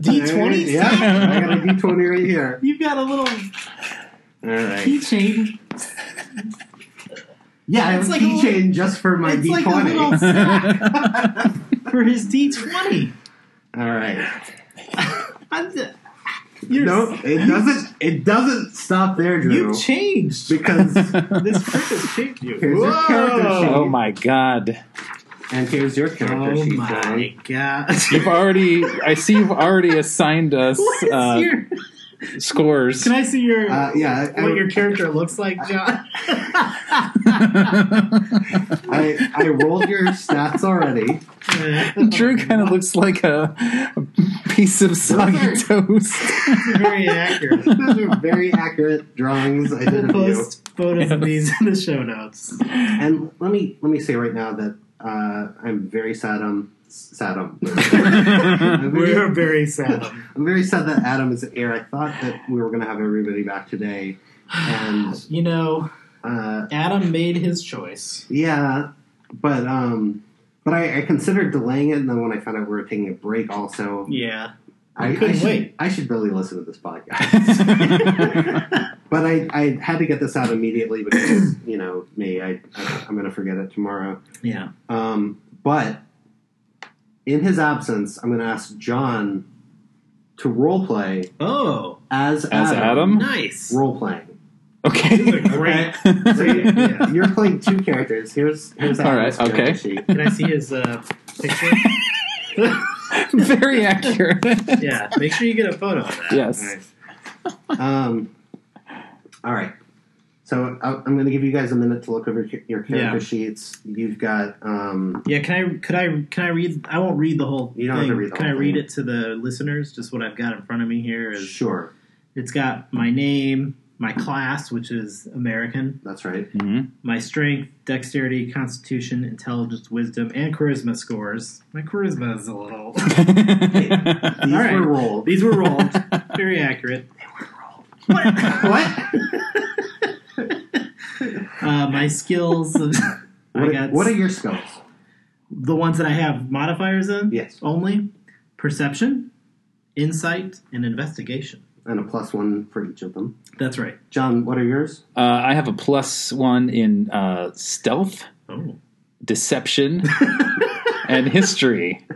[SPEAKER 2] D twenty?
[SPEAKER 1] Yeah, I got a D20 right here.
[SPEAKER 2] You've got a
[SPEAKER 1] All
[SPEAKER 2] little
[SPEAKER 1] right.
[SPEAKER 2] keychain.
[SPEAKER 1] Yeah, it's
[SPEAKER 2] It's
[SPEAKER 1] like
[SPEAKER 2] like
[SPEAKER 1] a
[SPEAKER 2] a
[SPEAKER 1] keychain
[SPEAKER 2] little-
[SPEAKER 1] just for my
[SPEAKER 2] It's
[SPEAKER 1] D20.
[SPEAKER 2] like a little sack for his D twenty.
[SPEAKER 1] All right.
[SPEAKER 2] You're,
[SPEAKER 1] No, it doesn't. It doesn't stop there, Drew.
[SPEAKER 2] You've changed.
[SPEAKER 1] because
[SPEAKER 2] This trick has changed you.
[SPEAKER 1] Here's your character sheet.
[SPEAKER 3] Oh my god.
[SPEAKER 1] and here's your character
[SPEAKER 2] Oh
[SPEAKER 1] sheet.
[SPEAKER 2] my
[SPEAKER 1] John.
[SPEAKER 2] god.
[SPEAKER 3] You've already, I see you've already assigned us
[SPEAKER 2] What is
[SPEAKER 3] uh,
[SPEAKER 2] your-
[SPEAKER 3] scores.
[SPEAKER 2] Can I see your
[SPEAKER 1] Uh, yeah, I,
[SPEAKER 2] what your character looks like, John?
[SPEAKER 1] I, I rolled your stats already.
[SPEAKER 3] Drew kind of looks like a, a piece of soggy
[SPEAKER 1] Those
[SPEAKER 3] toast.
[SPEAKER 2] Very accurate.
[SPEAKER 1] Those are very accurate drawings I did
[SPEAKER 2] We'll
[SPEAKER 1] of you.
[SPEAKER 2] post photos of these in the show notes.
[SPEAKER 1] And let me let me say right now that uh, I'm very sad. Um, sad. Um, I'm
[SPEAKER 2] We
[SPEAKER 1] very-
[SPEAKER 2] are very sad.
[SPEAKER 1] I'm very sad that Adam isn't here. I thought that we were going to have everybody back today, and
[SPEAKER 2] You know,
[SPEAKER 1] uh,
[SPEAKER 2] Adam made his choice.
[SPEAKER 1] Yeah, but um, but I, I considered delaying it, and then when I found out we were taking a break, also
[SPEAKER 2] Yeah.
[SPEAKER 1] I,
[SPEAKER 2] couldn't
[SPEAKER 1] I should,
[SPEAKER 2] wait.
[SPEAKER 1] I should really listen to this podcast. but I, I had to get this out immediately because you know me, I, I I'm going to forget it tomorrow.
[SPEAKER 2] Yeah.
[SPEAKER 1] Um, but in his absence, I'm going to ask John to role play
[SPEAKER 2] Oh,
[SPEAKER 1] as
[SPEAKER 3] As Adam?
[SPEAKER 2] nice.
[SPEAKER 1] role playing.
[SPEAKER 2] These
[SPEAKER 3] Okay.
[SPEAKER 2] are great.
[SPEAKER 1] So you- you're playing two characters. Here's here's
[SPEAKER 3] All right,
[SPEAKER 1] Adam's character
[SPEAKER 3] okay.
[SPEAKER 1] sheet.
[SPEAKER 2] Can I see his uh, picture?
[SPEAKER 3] Very accurate.
[SPEAKER 2] yeah. Make sure you get a photo of that.
[SPEAKER 3] Yes.
[SPEAKER 1] Nice. Um, All right. So I- I'm going to give you guys a minute to look over your- your character
[SPEAKER 2] Yeah.
[SPEAKER 1] sheets. You've got um,
[SPEAKER 2] Yeah, can I could I can I read? I won't read the whole.
[SPEAKER 1] You don't have
[SPEAKER 2] thing.
[SPEAKER 1] to read the
[SPEAKER 2] Can
[SPEAKER 1] whole
[SPEAKER 2] I read
[SPEAKER 1] thing.
[SPEAKER 2] it to the listeners? Just what I've got in front of me here is
[SPEAKER 1] sure.
[SPEAKER 2] it's got my name, my class, which is American,
[SPEAKER 1] That's right.
[SPEAKER 3] Mhm.
[SPEAKER 2] my strength, dexterity, constitution, intelligence, wisdom, and charisma scores. My charisma is a little.
[SPEAKER 1] These
[SPEAKER 2] All right.
[SPEAKER 1] were rolled.
[SPEAKER 2] These were rolled, very accurate. They were rolled. What?
[SPEAKER 1] what?
[SPEAKER 2] Uh, my skills. I
[SPEAKER 1] What,
[SPEAKER 2] got
[SPEAKER 1] what are your skills?
[SPEAKER 2] the ones that I have modifiers in.
[SPEAKER 1] Yes.
[SPEAKER 2] Only perception, insight, and investigation.
[SPEAKER 1] And a plus one for each of them.
[SPEAKER 2] That's right.
[SPEAKER 1] John, what are yours?
[SPEAKER 3] Uh, I have a plus one in uh, stealth,
[SPEAKER 2] Oh.
[SPEAKER 3] deception, and history.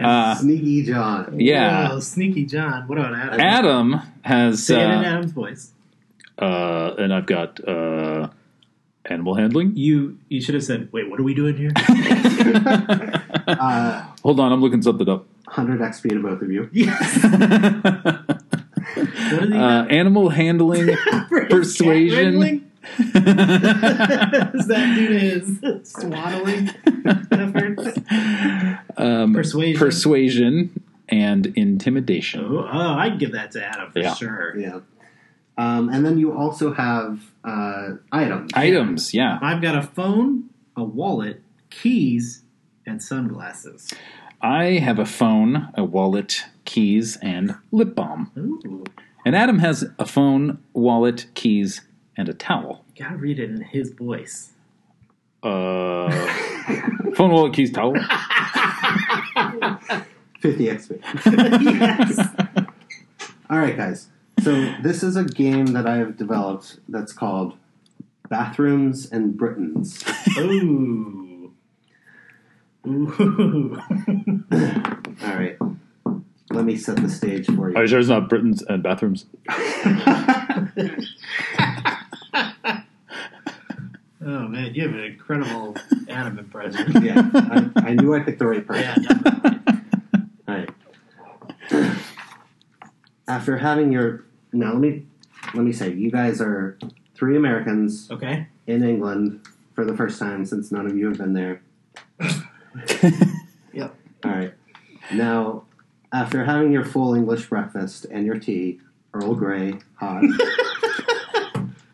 [SPEAKER 3] Uh,
[SPEAKER 1] Sneaky John.
[SPEAKER 3] yeah.
[SPEAKER 2] Whoa, Oh, sneaky John. What about Adam?
[SPEAKER 3] Adam has,
[SPEAKER 2] Say it in
[SPEAKER 3] uh,
[SPEAKER 2] Adam's voice.
[SPEAKER 3] uh, and I've got uh, animal handling.
[SPEAKER 2] You you should have said, wait, what are we doing here?
[SPEAKER 1] Uh,
[SPEAKER 3] Hold on, I'm looking something up.
[SPEAKER 1] 100 XP to both of you.
[SPEAKER 2] yes. What are they
[SPEAKER 3] Uh, animal handling, persuasion.
[SPEAKER 2] Wrangling? Is that dude his swaddling efforts?
[SPEAKER 3] um,
[SPEAKER 2] Persuasion.
[SPEAKER 3] persuasion and intimidation.
[SPEAKER 2] oh, oh, I'd give that to Adam for
[SPEAKER 3] Yeah.
[SPEAKER 2] sure.
[SPEAKER 1] Yeah. Um, and then you also have uh, items.
[SPEAKER 3] Items, yeah.
[SPEAKER 2] I've got a phone, a wallet, keys, and sunglasses.
[SPEAKER 3] I have a phone, a wallet, keys, and lip balm.
[SPEAKER 2] Ooh.
[SPEAKER 3] And Adam has a phone, wallet, keys, and a towel.
[SPEAKER 2] Gotta read it in his voice.
[SPEAKER 3] Uh, phone, wallet, keys, towel.
[SPEAKER 1] 50 XP.
[SPEAKER 2] yes.
[SPEAKER 1] All right, guys. So this is a game that I have developed that's called Bathrooms and Britons.
[SPEAKER 2] Ooh. Ooh.
[SPEAKER 1] All right. Let me set the stage for you.
[SPEAKER 3] sure it's not Britain's and bathrooms?
[SPEAKER 2] oh man, you have an incredible Adam impression.
[SPEAKER 1] yeah, I, I knew I picked the right person.
[SPEAKER 2] Yeah, definitely.
[SPEAKER 1] All right. After having your now, let me let me say, you guys are three Americans
[SPEAKER 2] okay.
[SPEAKER 1] in England for the first time since none of you have been there.
[SPEAKER 2] Yep.
[SPEAKER 1] All right. Now, after having your full English breakfast and your tea, Earl Grey hot,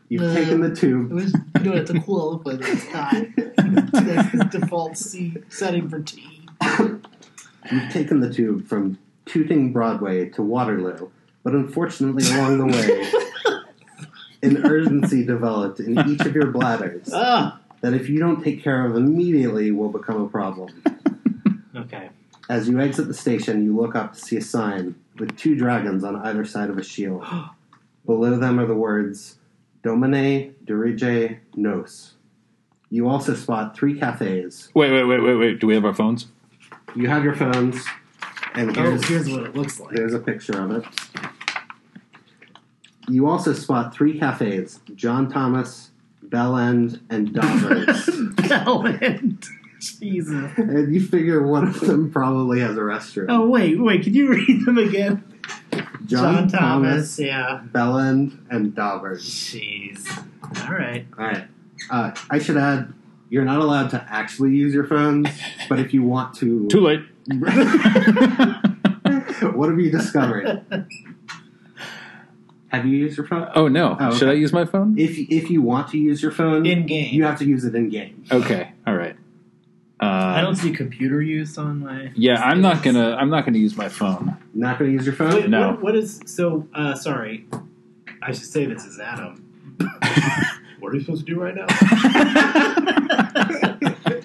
[SPEAKER 1] you've
[SPEAKER 2] Uh,
[SPEAKER 1] taken the tube.
[SPEAKER 4] was doing it to qualify this time. That's his default C setting for tea.
[SPEAKER 1] You've taken the tube from Tooting Broadway to Waterloo, but unfortunately, along the way, an urgency developed in each of your bladders
[SPEAKER 2] Ah.
[SPEAKER 1] that, if you don't take care of immediately, will become a problem.
[SPEAKER 2] Okay.
[SPEAKER 1] As you exit the station, you look up to see a sign with two dragons on either side of a shield. Below them are the words Domine, Dirige, Nos. You also spot three cafes.
[SPEAKER 3] Wait, wait, wait, wait, wait. Do we have our phones?
[SPEAKER 1] You have your phones, and
[SPEAKER 2] Oh,
[SPEAKER 1] here's,
[SPEAKER 2] here's what it looks like.
[SPEAKER 1] There's a picture of it. You also spot three cafes John Thomas, Bell End, and Dobbers.
[SPEAKER 2] Bellend. Oh, Jesus.
[SPEAKER 1] and you figure one of them probably has a restroom.
[SPEAKER 2] Oh wait, wait. Can you read them again?
[SPEAKER 1] John, Thomas,
[SPEAKER 2] Yeah.
[SPEAKER 1] Bell End, and Dobbers.
[SPEAKER 2] Jeez. All right.
[SPEAKER 1] All right. Uh, I should add, you're not allowed to actually use your phones, but if you want to.
[SPEAKER 3] Too late.
[SPEAKER 1] what have you discovered? have you used your phone?
[SPEAKER 3] Oh, no.
[SPEAKER 1] Oh, okay.
[SPEAKER 3] Should I use my phone?
[SPEAKER 1] If, if you want to use your phone,
[SPEAKER 2] In game.
[SPEAKER 1] you have to use it in game.
[SPEAKER 3] Okay, all right. Uh,
[SPEAKER 2] I don't see computer use on my.
[SPEAKER 3] yeah, I'm not gonna. I'm not gonna use my phone.
[SPEAKER 1] Not going to use your phone?
[SPEAKER 2] Wait,
[SPEAKER 3] No.
[SPEAKER 2] what- what is so? Uh, sorry, I should say this is Adam. what are we supposed to do right now?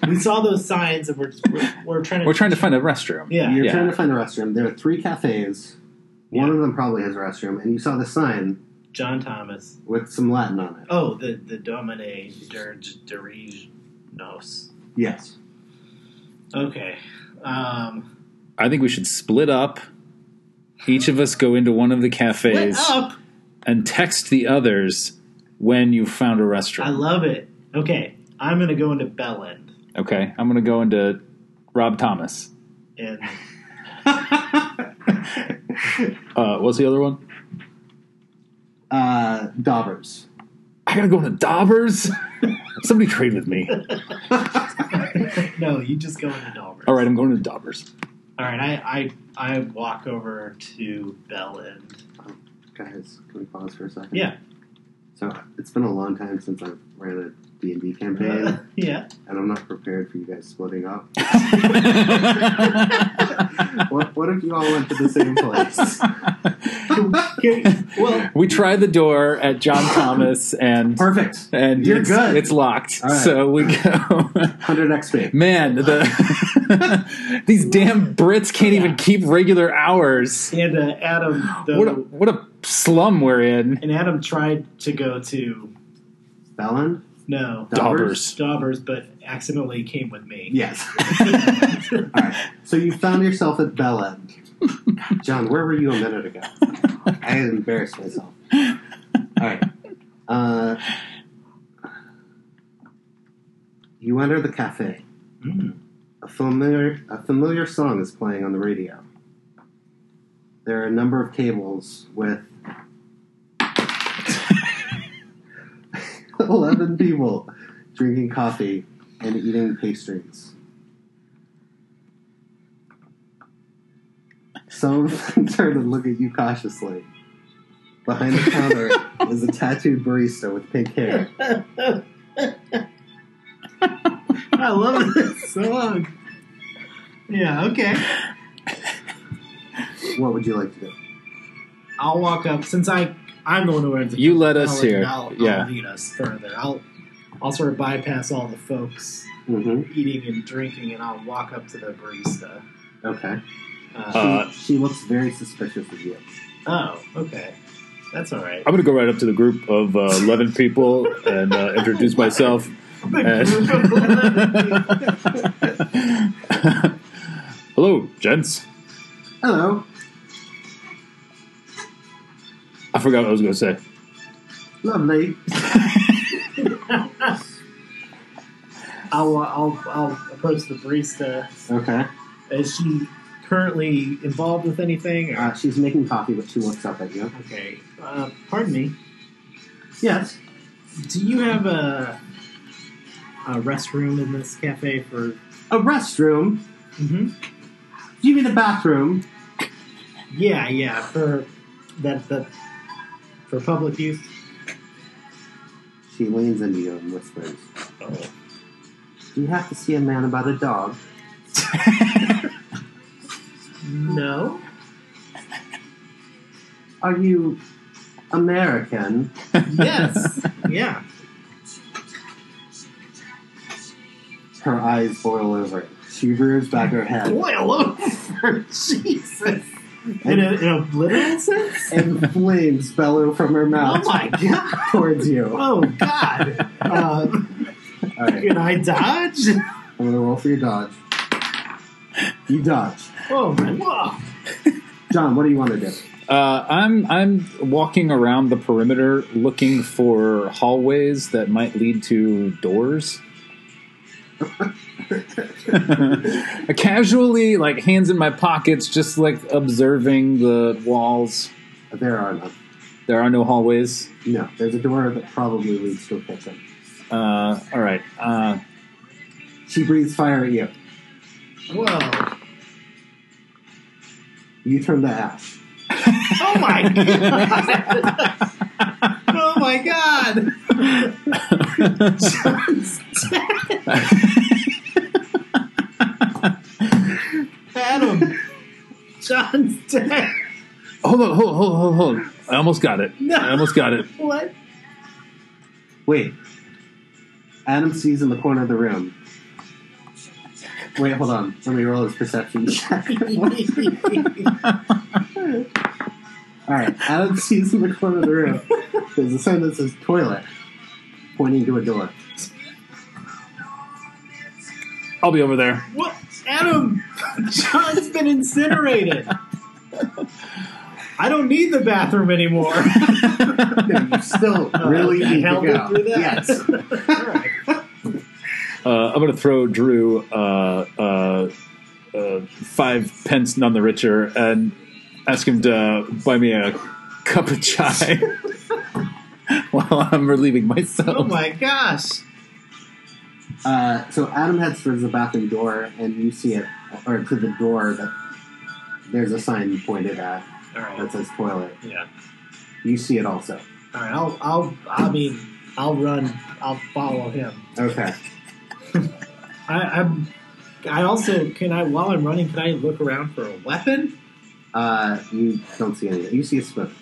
[SPEAKER 2] we saw those signs, and we're just, we're, we're trying to.
[SPEAKER 3] We're trying to find a restroom.
[SPEAKER 2] Yeah.
[SPEAKER 1] You're
[SPEAKER 3] Yeah.
[SPEAKER 1] trying to find a restroom. There are three cafes. One of them probably has a restroom, and you saw the sign
[SPEAKER 2] John Thomas.
[SPEAKER 1] with some Latin on it.
[SPEAKER 2] Oh, the the Domine Dirge Dirige Nos.
[SPEAKER 1] Yes.
[SPEAKER 2] Okay. Um,
[SPEAKER 3] I think we should split up. Each of us go into one of the
[SPEAKER 2] what Oh.
[SPEAKER 3] cafes
[SPEAKER 2] up?
[SPEAKER 3] and text the others when you found a
[SPEAKER 2] I
[SPEAKER 3] restroom.
[SPEAKER 2] love it. Okay, I'm gonna go into Bellend
[SPEAKER 3] okay, I'm gonna go into Rob Thomas.
[SPEAKER 2] and
[SPEAKER 3] Uh, what's the other one?
[SPEAKER 1] Uh, Daubers.
[SPEAKER 3] I gotta go to Daubers. Somebody trade with me.
[SPEAKER 2] No, you just go into Daubers.
[SPEAKER 3] All right, I'm going to Daubers.
[SPEAKER 2] All right, I, I, I walk over to Bell End.
[SPEAKER 1] Guys, can we pause for a second?
[SPEAKER 2] Yeah.
[SPEAKER 1] So it's been a long time since I've ran a D and D campaign, and
[SPEAKER 2] Uh, yeah.
[SPEAKER 1] I'm not prepared for you guys splitting up. What, what if you all went to the same place?
[SPEAKER 4] Well,
[SPEAKER 3] we try the door at John Thomas and
[SPEAKER 1] Perfect.
[SPEAKER 3] and
[SPEAKER 1] You're
[SPEAKER 3] it's,
[SPEAKER 1] good.
[SPEAKER 3] it's locked.
[SPEAKER 1] All right.
[SPEAKER 3] So we go.
[SPEAKER 1] Hundred XP.
[SPEAKER 3] Man, the these damn Brits can't even keep regular hours.
[SPEAKER 2] And uh, Adam, though,
[SPEAKER 3] What a, what a slum we're in.
[SPEAKER 2] and Adam tried to go to
[SPEAKER 1] Bellend?
[SPEAKER 2] no
[SPEAKER 3] Daubers.
[SPEAKER 2] Daubers, but accidentally came with me.
[SPEAKER 1] Yes. All right. So you found yourself at Bell End. John, where were you a minute ago? I embarrassed myself. All right. Uh, you enter the cafe.
[SPEAKER 2] Mm.
[SPEAKER 1] A familiar, a familiar song is playing on the radio. There are a number of tables with 11 people drinking coffee and eating pastries. Some of them turn and look at you cautiously. Behind the counter is a tattooed barista with pink hair.
[SPEAKER 2] I love this song. Yeah, okay.
[SPEAKER 1] What would you like to do?
[SPEAKER 2] I'll walk up since I I'm the one who owns the
[SPEAKER 3] You let us
[SPEAKER 2] I'll-
[SPEAKER 3] here.
[SPEAKER 2] I'll,
[SPEAKER 3] Yeah.
[SPEAKER 2] I'll lead us further. I'll I'll sort of bypass all the folks
[SPEAKER 1] Mm-hmm.
[SPEAKER 2] eating and drinking, and I'll walk up to the barista.
[SPEAKER 1] Okay.
[SPEAKER 2] Uh,
[SPEAKER 3] Uh,
[SPEAKER 1] she looks very suspicious of you.
[SPEAKER 2] oh, okay, that's all right.
[SPEAKER 3] I'm going to go right up to the group of uh, 11 people and uh, introduce myself. and- Hello, gents.
[SPEAKER 1] Hello.
[SPEAKER 3] I forgot what I was going to say.
[SPEAKER 1] Lovely.
[SPEAKER 2] I'll, I'll I'll approach the barista.
[SPEAKER 1] Okay.
[SPEAKER 2] Is she currently involved with anything? Or?
[SPEAKER 1] Uh, she's making coffee, but she looks up at you.
[SPEAKER 2] Okay. Uh, pardon me.
[SPEAKER 1] Yes.
[SPEAKER 2] Do you have a a restroom in this cafe for?
[SPEAKER 1] A restroom.
[SPEAKER 2] hmm
[SPEAKER 1] You mean a bathroom?
[SPEAKER 2] Yeah, yeah, for that that for public use.
[SPEAKER 1] She leans into you and whispers,
[SPEAKER 2] Oh.
[SPEAKER 1] Do you have to see a man about a dog?
[SPEAKER 2] No.
[SPEAKER 1] Are you American?
[SPEAKER 2] Yes. yeah.
[SPEAKER 1] Her eyes boil over. She rears back her head
[SPEAKER 2] Boil over. Jesus. In a, in a literal sense?
[SPEAKER 1] and flames bellow from her
[SPEAKER 2] Oh
[SPEAKER 1] mouth
[SPEAKER 2] my god.
[SPEAKER 1] towards you.
[SPEAKER 2] Oh god. Um,
[SPEAKER 1] All right,
[SPEAKER 2] can I dodge?
[SPEAKER 1] I'm going to roll for your dodge. You dodge.
[SPEAKER 2] Oh my wow.
[SPEAKER 1] John, what do you want to do?
[SPEAKER 3] Uh, I'm I'm walking around the perimeter looking for hallways that might lead to doors. Casually, like hands in my pockets, just like observing the walls.
[SPEAKER 1] There are none.
[SPEAKER 3] There are no hallways.
[SPEAKER 1] No, there's a door that probably leads to a kitchen.
[SPEAKER 3] Uh, all right. Uh,
[SPEAKER 1] She breathes fire at you.
[SPEAKER 2] Whoa.
[SPEAKER 1] You turn to ash.
[SPEAKER 2] Oh my god. oh my god. Adam. John's dead.
[SPEAKER 3] hold on, hold on, hold on, hold on. I almost got it.
[SPEAKER 2] No.
[SPEAKER 3] I almost got it.
[SPEAKER 2] What?
[SPEAKER 1] Wait. Adam sees in the corner of the room. Wait, hold on. Let me roll his perception check. Alright, Adam sees in the corner of the room. There's a sign that says toilet, pointing to a door.
[SPEAKER 3] I'll be over there.
[SPEAKER 2] what? Adam. John's been incinerated. I don't need the bathroom anymore.
[SPEAKER 1] No, you still really
[SPEAKER 2] that
[SPEAKER 1] need to
[SPEAKER 2] held me
[SPEAKER 1] go.
[SPEAKER 2] through that.
[SPEAKER 1] Yes.
[SPEAKER 2] All right.
[SPEAKER 3] Uh, I'm going to throw Drew uh, uh, uh, five pence none the richer and ask him to buy me a cup of chai while I'm relieving myself.
[SPEAKER 2] Oh my gosh.
[SPEAKER 1] Uh, so Adam heads towards the bathroom door, and you see it, or to the door that there's a sign pointed at
[SPEAKER 5] All
[SPEAKER 1] that
[SPEAKER 5] right.
[SPEAKER 1] says toilet.
[SPEAKER 5] Yeah.
[SPEAKER 1] You see it also.
[SPEAKER 2] All right, I'll, I'll, I mean, I'll run, I'll follow him.
[SPEAKER 1] Okay.
[SPEAKER 2] I, I'm, I also, can I, while I'm running, can I look around for a weapon?
[SPEAKER 1] Uh, you don't see anything. You see a spoon.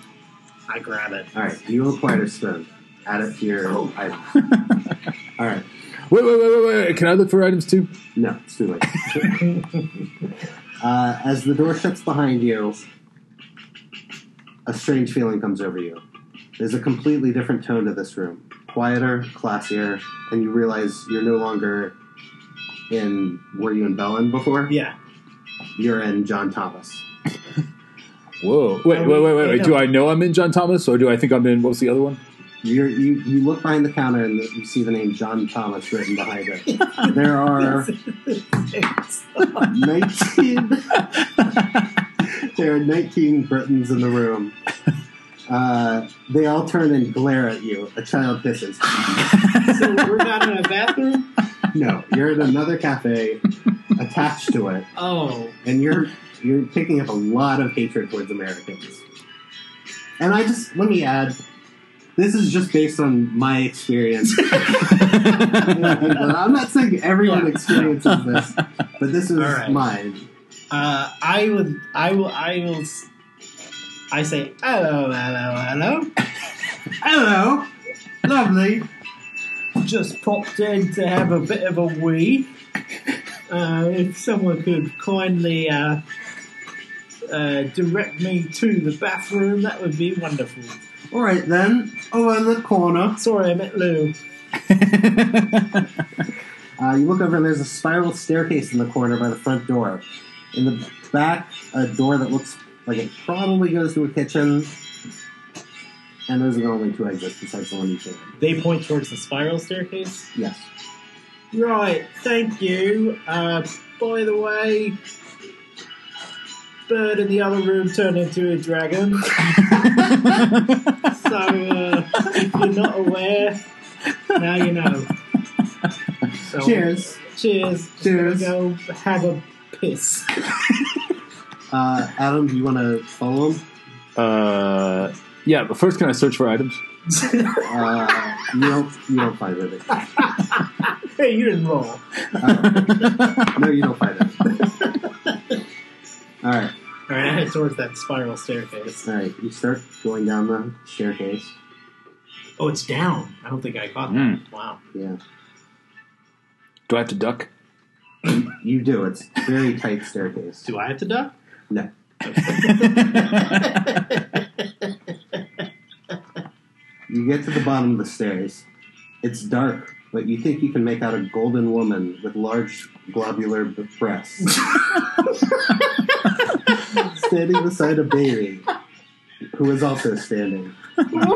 [SPEAKER 2] I grab it.
[SPEAKER 1] All right. You acquired a spoon. Add it to your
[SPEAKER 2] Oh.
[SPEAKER 1] item. All right.
[SPEAKER 3] Wait, wait, wait, wait, wait. Can I look for items too?
[SPEAKER 1] No, it's too late. uh, as the door shuts behind you, a strange feeling comes over you. There's a completely different tone to this room. Quieter, classier, and you realize you're no longer in were you in Bellin before?
[SPEAKER 5] Yeah.
[SPEAKER 1] You're in John Thomas.
[SPEAKER 3] Whoa. Wait, wait, wait, wait, wait. Do I know I'm in John Thomas or do I think I'm in, what was the other one?
[SPEAKER 1] You're, you you look behind the counter and you see the name John Thomas written behind it. There are nineteen. there are nineteen Britons in the room. Uh, they all turn and glare at you. A child hisses.
[SPEAKER 2] so we're not in a bathroom?
[SPEAKER 1] No, you're in another cafe attached to it,
[SPEAKER 2] Oh,
[SPEAKER 1] and you're you're picking up a lot of hatred towards Americans. And I just let me add, this is just based on my experience. I'm not saying everyone experiences this, but this is
[SPEAKER 2] All right.
[SPEAKER 1] mine.
[SPEAKER 2] Uh, I would, I will, I will. s- I say hello, hello, hello.
[SPEAKER 1] Hello, lovely.
[SPEAKER 2] Just popped in to have a bit of a wee. Uh, if someone could kindly uh, uh, direct me to the bathroom, that would be wonderful.
[SPEAKER 1] All right then, over in the corner.
[SPEAKER 2] Sorry, I met Lou.
[SPEAKER 1] Uh, you look over and there's a spiral staircase in the corner by the front door. In the back, a door that looks like it probably goes to a kitchen. And those are the only two exits besides the one you came. in.
[SPEAKER 5] They point towards the spiral staircase.
[SPEAKER 1] Yes.
[SPEAKER 2] Right, thank you. Uh, by the way, bird in the other room turned into a dragon. So uh, if you're not aware, now you know. So,
[SPEAKER 1] Cheers.
[SPEAKER 2] Cheers.
[SPEAKER 1] Cheers.
[SPEAKER 2] Go have a piss.
[SPEAKER 1] Uh, Adam, do you want to follow him?
[SPEAKER 3] uh, yeah, but first, can I search for items?
[SPEAKER 1] Uh, you don't. You don't find it. Uh,
[SPEAKER 2] hey, you didn't roll.
[SPEAKER 1] No, you don't find it. All right.
[SPEAKER 2] All right, I head towards that spiral staircase.
[SPEAKER 1] All right. You start going down the staircase.
[SPEAKER 2] Oh, it's down. I don't think I caught that.
[SPEAKER 3] Hmm.
[SPEAKER 2] Wow.
[SPEAKER 1] Yeah.
[SPEAKER 3] Do I have to duck?
[SPEAKER 1] You do. It's a very tight staircase.
[SPEAKER 2] Do I have to duck?
[SPEAKER 1] No. You get to the bottom of the stairs. It's dark, but you think you can make out a golden woman with large globular b- breasts standing beside a baby who is also standing.
[SPEAKER 2] Going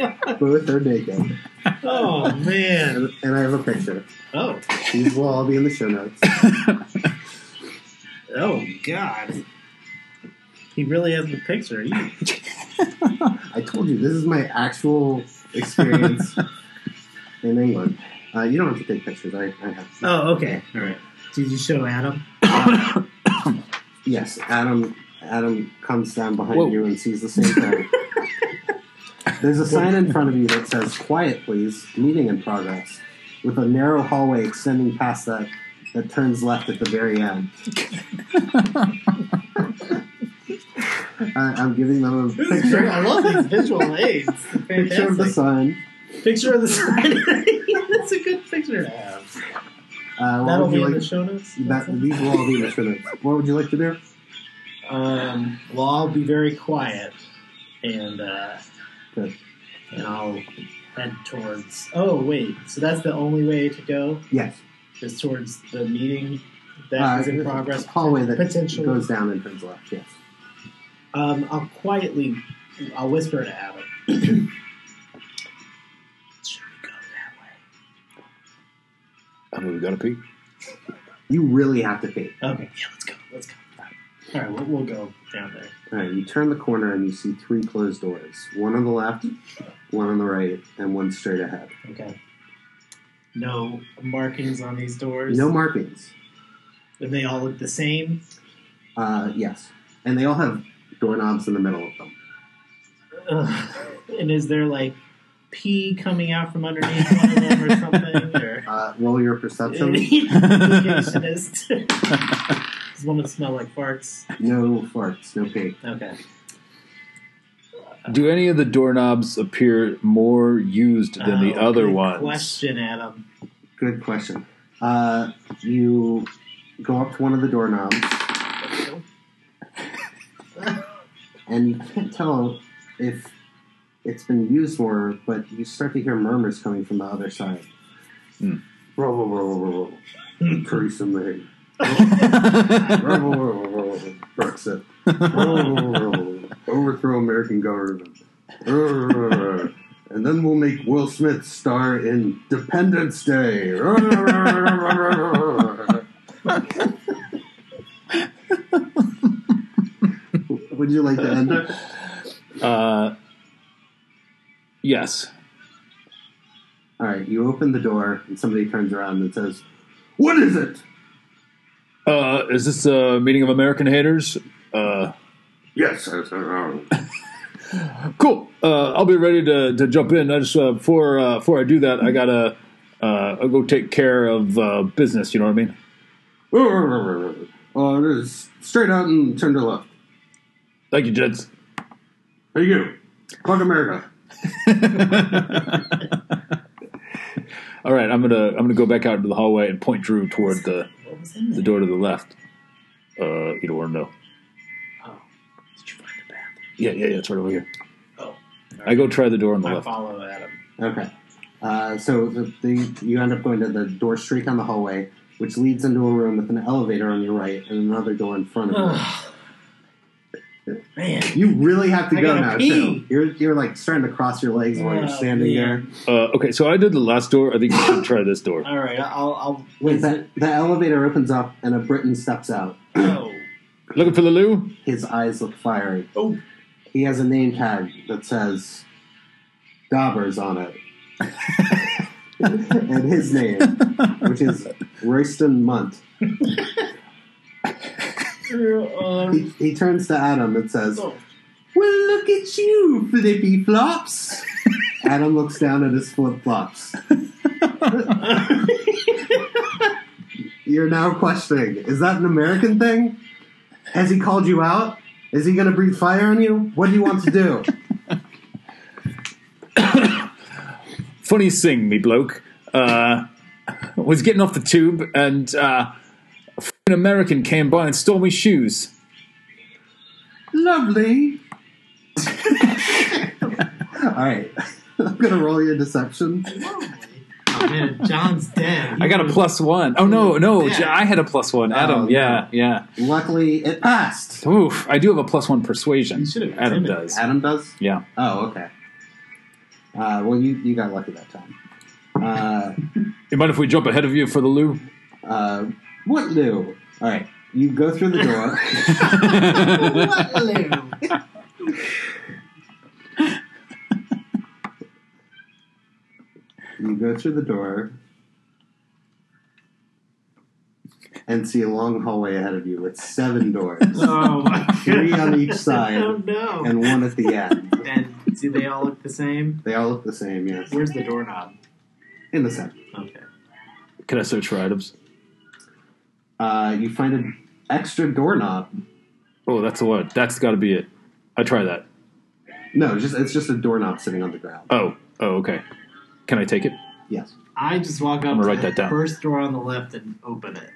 [SPEAKER 2] on.
[SPEAKER 1] Both are naked.
[SPEAKER 2] Oh man.
[SPEAKER 1] And, and I have a picture.
[SPEAKER 2] Oh.
[SPEAKER 1] These will all be in the show notes.
[SPEAKER 2] Oh God. He really has the picture. You-
[SPEAKER 1] I told you, this is my actual experience in England. Uh, you don't have to take pictures. I, I have.
[SPEAKER 2] Oh, okay. All right. Did you show Adam?
[SPEAKER 1] Yes, Adam. Adam comes down behind
[SPEAKER 3] Whoa.
[SPEAKER 1] you and sees the same thing. There's a sign in front of you that says "Quiet, please. Meeting in progress," with a narrow hallway extending past that that turns left at the very end. I, I'm giving them a picture,
[SPEAKER 2] I love these visual aids.
[SPEAKER 1] picture of the
[SPEAKER 2] Fantastic.
[SPEAKER 1] sign.
[SPEAKER 2] Picture of the sign. That's a good picture to have.
[SPEAKER 1] Uh, what
[SPEAKER 2] That'll
[SPEAKER 1] would
[SPEAKER 2] be
[SPEAKER 1] you
[SPEAKER 2] in the
[SPEAKER 1] like?
[SPEAKER 2] show notes.
[SPEAKER 1] That, these will all be in the show notes. What would you like to do?
[SPEAKER 2] Um, well, I'll be very quiet, and uh,
[SPEAKER 1] Good.
[SPEAKER 2] and I'll head towards. Oh wait, so that's the only way to go
[SPEAKER 1] Yes,
[SPEAKER 2] is towards the meeting that Ah, is
[SPEAKER 1] Uh,
[SPEAKER 2] in progress.
[SPEAKER 1] Hallway that
[SPEAKER 2] Potential.
[SPEAKER 1] goes down and turns left. Yes.
[SPEAKER 2] Um, I'll quietly, I'll whisper to Adam. Should we go that way?
[SPEAKER 3] I mean, we gotta pee.
[SPEAKER 1] You really have to pee.
[SPEAKER 2] Okay, yeah, let's go. Let's go. All right, we'll, we'll go down there.
[SPEAKER 1] All right, you turn the corner and you see three closed doors one on the left, one on the right, and one straight ahead.
[SPEAKER 2] Okay. No markings on these doors.
[SPEAKER 1] No markings.
[SPEAKER 2] And they all look the same.
[SPEAKER 1] Uh, yes. And they all have doorknobs in the middle of them.
[SPEAKER 2] Ugh. And is there like pee coming out from underneath one of them or something? Or
[SPEAKER 1] Uh, roll your perception.
[SPEAKER 2] Completionist. Does one of them smell like farts?
[SPEAKER 1] no farts, no pee.
[SPEAKER 2] Okay.
[SPEAKER 3] Do any of the doorknobs appear more used than the
[SPEAKER 2] Oh,
[SPEAKER 3] other
[SPEAKER 2] good
[SPEAKER 3] ones?
[SPEAKER 2] Question, Adam.
[SPEAKER 1] Good question. Uh, you go up to one of the doorknobs, and you can't tell if it's been used more, but you start to hear murmurs coming from the other side.
[SPEAKER 3] Hmm.
[SPEAKER 1] Roll, roll, roll, roll, roll. Theresa May. Roll, roll, roll, roll, roll. Brexit. Roll, roll, roll, roll, roll. Overthrow American government. Roll. And then we'll make Will Smith star in Dependence Day. Would you like to end it?
[SPEAKER 3] uh, yes.
[SPEAKER 1] All right, you open the door, and somebody turns around and says, "What is it?"
[SPEAKER 3] Uh, is this a meeting of American haters? Uh,
[SPEAKER 1] Yes, I said, "Oh."
[SPEAKER 3] cool. Uh, I'll be ready to, to jump in. I just uh, before uh, before I do that, I gotta uh, I'll go take care of uh, business. You know what I mean?
[SPEAKER 1] Uh, it is straight out and turn to the left.
[SPEAKER 3] Thank you, gents.
[SPEAKER 1] Hey, you, Clock America.
[SPEAKER 3] All right, I'm gonna I'm gonna go back out into the hallway and point Drew toward the,
[SPEAKER 2] What was in
[SPEAKER 3] the
[SPEAKER 2] there?
[SPEAKER 3] door to the left. Uh, you don't know.
[SPEAKER 2] Oh, did you find the bathroom?
[SPEAKER 3] Yeah, yeah, yeah. It's right over here.
[SPEAKER 2] Oh.
[SPEAKER 3] I go try the door on the
[SPEAKER 2] I
[SPEAKER 3] left.
[SPEAKER 2] follow Adam.
[SPEAKER 1] Okay. Uh, so the, the, you end up going to the door streak on the hallway, which leads into a room with an elevator on your right and another door in front of you.
[SPEAKER 2] Ugh. Man.
[SPEAKER 1] You really have to
[SPEAKER 2] I
[SPEAKER 1] go
[SPEAKER 2] gotta
[SPEAKER 1] now,
[SPEAKER 2] pee.
[SPEAKER 1] too. You're, you're like starting to cross your legs while you're
[SPEAKER 2] Oh,
[SPEAKER 1] standing there.
[SPEAKER 2] man.
[SPEAKER 3] Uh, okay, so I did the last door. I think you should try this door.
[SPEAKER 2] All right, I'll. I'll
[SPEAKER 1] Wait, that, the elevator opens up and a Briton steps out.
[SPEAKER 2] oh.
[SPEAKER 3] Looking for the loo?
[SPEAKER 1] His eyes look fiery.
[SPEAKER 2] Oh.
[SPEAKER 1] He has a name tag that says Dobbers on it. and his name, which is Royston Munt.
[SPEAKER 2] Um,
[SPEAKER 1] He, he turns to Adam and says,
[SPEAKER 2] oh.
[SPEAKER 1] Well, look at you, flippy flops. Adam looks down at his flip flops. You're now questioning is that an American thing? Has he called you out? Is he going to breathe fire on you? What do you want to do?
[SPEAKER 3] Funny thing, me bloke. Uh, was getting off the tube and uh, an American came by and stole me shoes.
[SPEAKER 1] Lovely. All right. I'm going to roll your deception.
[SPEAKER 2] Oh, man, John's dead.
[SPEAKER 3] I got a plus one. Oh no, no, J- I had a plus one. Adam,
[SPEAKER 1] Oh,
[SPEAKER 3] yeah, yeah.
[SPEAKER 1] Luckily, it passed.
[SPEAKER 3] Oof, I do have a plus one persuasion.
[SPEAKER 2] You should have
[SPEAKER 3] Adam
[SPEAKER 2] intimidated.
[SPEAKER 3] does.
[SPEAKER 1] Adam does?
[SPEAKER 3] Yeah.
[SPEAKER 1] Oh, okay. Uh, well, you, you got lucky that time. Uh,
[SPEAKER 3] You mind if we jump ahead of you for the loo?
[SPEAKER 1] Uh, what Lou? All right, you go through the door. what Lou? you go through the door and see a long hallway ahead of you with seven doors,
[SPEAKER 2] Oh my god.
[SPEAKER 1] three on each
[SPEAKER 2] Oh
[SPEAKER 1] side,
[SPEAKER 2] no.
[SPEAKER 1] and one at the end.
[SPEAKER 2] And do they all look the same?
[SPEAKER 1] They all look the same, yes.
[SPEAKER 2] Where's the doorknob?
[SPEAKER 1] In the center,
[SPEAKER 2] Okay.
[SPEAKER 3] Can I search for items?
[SPEAKER 1] uh, you find an extra doorknob.
[SPEAKER 3] Oh, that's the one. That's got to be it. I try that.
[SPEAKER 1] No, just it's just a doorknob sitting on the ground.
[SPEAKER 3] Oh, oh, okay. Can I take it?
[SPEAKER 1] Yes.
[SPEAKER 2] I just walk up
[SPEAKER 3] I'm gonna
[SPEAKER 2] to
[SPEAKER 3] write
[SPEAKER 2] the
[SPEAKER 3] that down.
[SPEAKER 2] first door on the left and open it.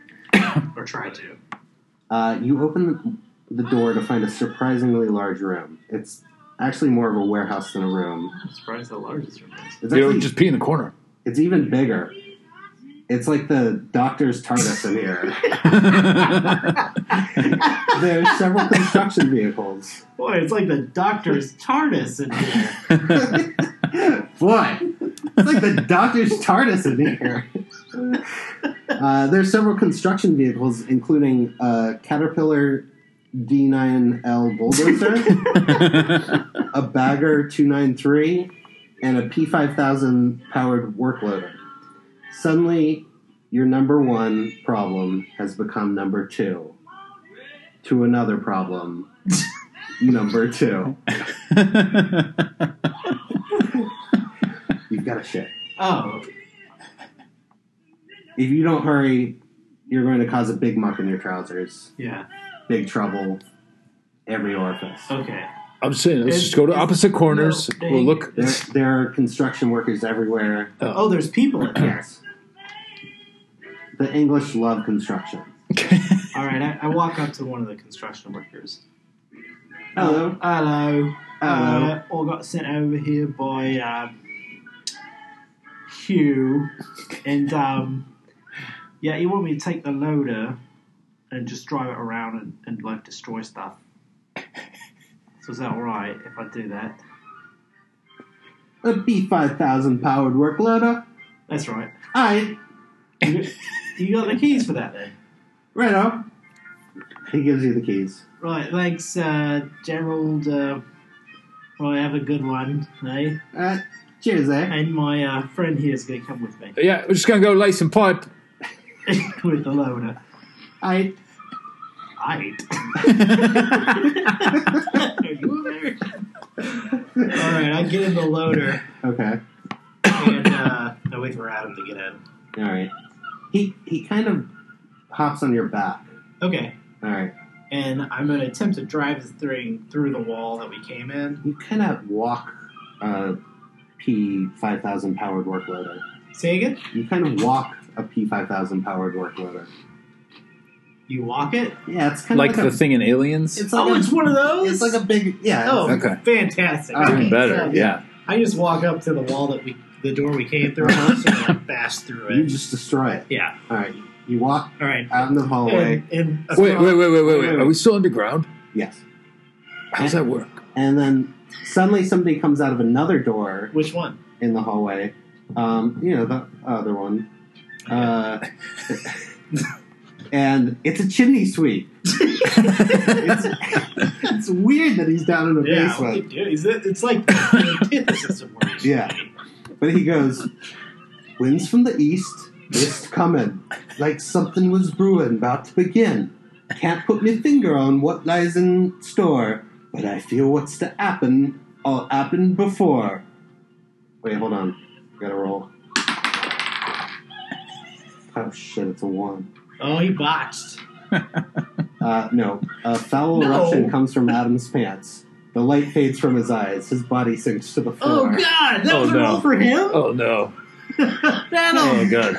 [SPEAKER 2] or try to.
[SPEAKER 1] Uh, you open the door to find a surprisingly large room. It's actually more of a warehouse than a room.
[SPEAKER 2] I'm surprised how large this room is.
[SPEAKER 1] It's,
[SPEAKER 3] You
[SPEAKER 1] actually,
[SPEAKER 3] know, just pee in the corner.
[SPEAKER 1] it's even bigger. It's like the doctor's TARDIS in here. There's several construction vehicles.
[SPEAKER 2] Boy, it's like the doctor's TARDIS in here.
[SPEAKER 1] Boy, it's like the doctor's TARDIS in here. Uh, there's several construction vehicles, including a Caterpillar D9L bulldozer, a bagger 293, and a P5000 powered workloader. Suddenly, your number one problem has become number two to another problem. number two. You've got a shit.
[SPEAKER 2] Oh,
[SPEAKER 1] If you don't hurry, you're going to cause a big muck in your trousers,
[SPEAKER 2] yeah.
[SPEAKER 1] big trouble, every orifice.
[SPEAKER 2] Okay.
[SPEAKER 3] I'm saying, let's
[SPEAKER 2] It's-
[SPEAKER 3] just go to
[SPEAKER 2] it's
[SPEAKER 3] opposite corners.
[SPEAKER 2] no thing.
[SPEAKER 3] we'll look.
[SPEAKER 1] There, there are construction workers everywhere.
[SPEAKER 2] Oh, there's people in here.
[SPEAKER 1] Yes. The English love construction.
[SPEAKER 2] All right, I, I walk up to one of the construction workers. Uh,
[SPEAKER 1] Hello.
[SPEAKER 2] Hello.
[SPEAKER 1] Hello.
[SPEAKER 2] Uh, I got sent over here by um, Hugh, and um, yeah, he wanted me to take the loader and just drive it around and, and like destroy stuff. So is that all right if I do that?
[SPEAKER 1] A B5000 powered uh, work loader.
[SPEAKER 2] That's right.
[SPEAKER 1] Aye.
[SPEAKER 2] You, you got the keys for that then?
[SPEAKER 1] Right up. He gives you the keys.
[SPEAKER 2] Right, thanks, uh, Gerald. Uh, right, have a good one, eh?
[SPEAKER 1] Uh, cheers, eh?
[SPEAKER 2] And my uh, friend here is going to come with me
[SPEAKER 3] Yeah, we're just going to go lay some pipe.
[SPEAKER 2] with the loader.
[SPEAKER 1] Aye.
[SPEAKER 2] I All right, I get in the loader
[SPEAKER 1] Okay.
[SPEAKER 2] and uh, I wait for Adam to get in.
[SPEAKER 1] All right. He he kind of hops on your back.
[SPEAKER 2] Okay,
[SPEAKER 1] All right.
[SPEAKER 2] and I'm going to attempt to drive this thing through the wall that we came in.
[SPEAKER 1] You cannot walk a P5000 powered work loader.
[SPEAKER 2] Say again?
[SPEAKER 1] You kind of walk a P5000 powered work loader.
[SPEAKER 2] You walk it?
[SPEAKER 1] Yeah, it's kind
[SPEAKER 3] Like
[SPEAKER 1] of like
[SPEAKER 3] the
[SPEAKER 1] a,
[SPEAKER 3] thing in Aliens?
[SPEAKER 1] it's like
[SPEAKER 2] Oh,
[SPEAKER 1] a,
[SPEAKER 2] it's one of those?
[SPEAKER 1] it's like a big yeah.
[SPEAKER 2] Oh,
[SPEAKER 1] it's-
[SPEAKER 3] Okay.
[SPEAKER 2] fantastic.
[SPEAKER 1] All
[SPEAKER 3] Even
[SPEAKER 1] right.
[SPEAKER 3] better,
[SPEAKER 2] so-
[SPEAKER 3] yeah.
[SPEAKER 2] I just walk up to the wall that we, the door we came through,
[SPEAKER 1] Uh-huh.
[SPEAKER 2] and I bash through
[SPEAKER 1] you
[SPEAKER 2] it.
[SPEAKER 1] just destroy it.
[SPEAKER 2] Yeah.
[SPEAKER 1] All right. You walk
[SPEAKER 2] All right.
[SPEAKER 1] out in the hallway.
[SPEAKER 2] And, and
[SPEAKER 3] Wait, wait, wait, wait, wait, wait.
[SPEAKER 1] wait.
[SPEAKER 3] Are we still underground?
[SPEAKER 1] yes.
[SPEAKER 3] How does that work?
[SPEAKER 1] And then suddenly somebody comes out of another door
[SPEAKER 2] Which one?
[SPEAKER 1] in the hallway. Um, you know, the other one. Uh, and it's a chimney sweep. It's, it's weird that he's down in the
[SPEAKER 2] Yeah, what
[SPEAKER 1] basement.
[SPEAKER 2] they do is it, it's like the antithesis of words.
[SPEAKER 1] Yeah. But he goes, Winds from the east, mist coming, like something was brewing, about to begin. Can't put me finger on what lies in store, but I feel what's to happen, all happened before. Wait, hold on. Gotta roll. Oh shit, it's a one.
[SPEAKER 2] Oh, he botched.
[SPEAKER 1] Uh, no. A foul
[SPEAKER 2] No.
[SPEAKER 1] eruption comes from Adam's pants. The light fades from his eyes. His body sinks to the
[SPEAKER 2] Oh
[SPEAKER 1] floor.
[SPEAKER 2] God, that
[SPEAKER 3] Oh,
[SPEAKER 2] was a
[SPEAKER 3] no.
[SPEAKER 2] roll for him.
[SPEAKER 3] Oh, no.
[SPEAKER 2] That'll.
[SPEAKER 3] Oh, God.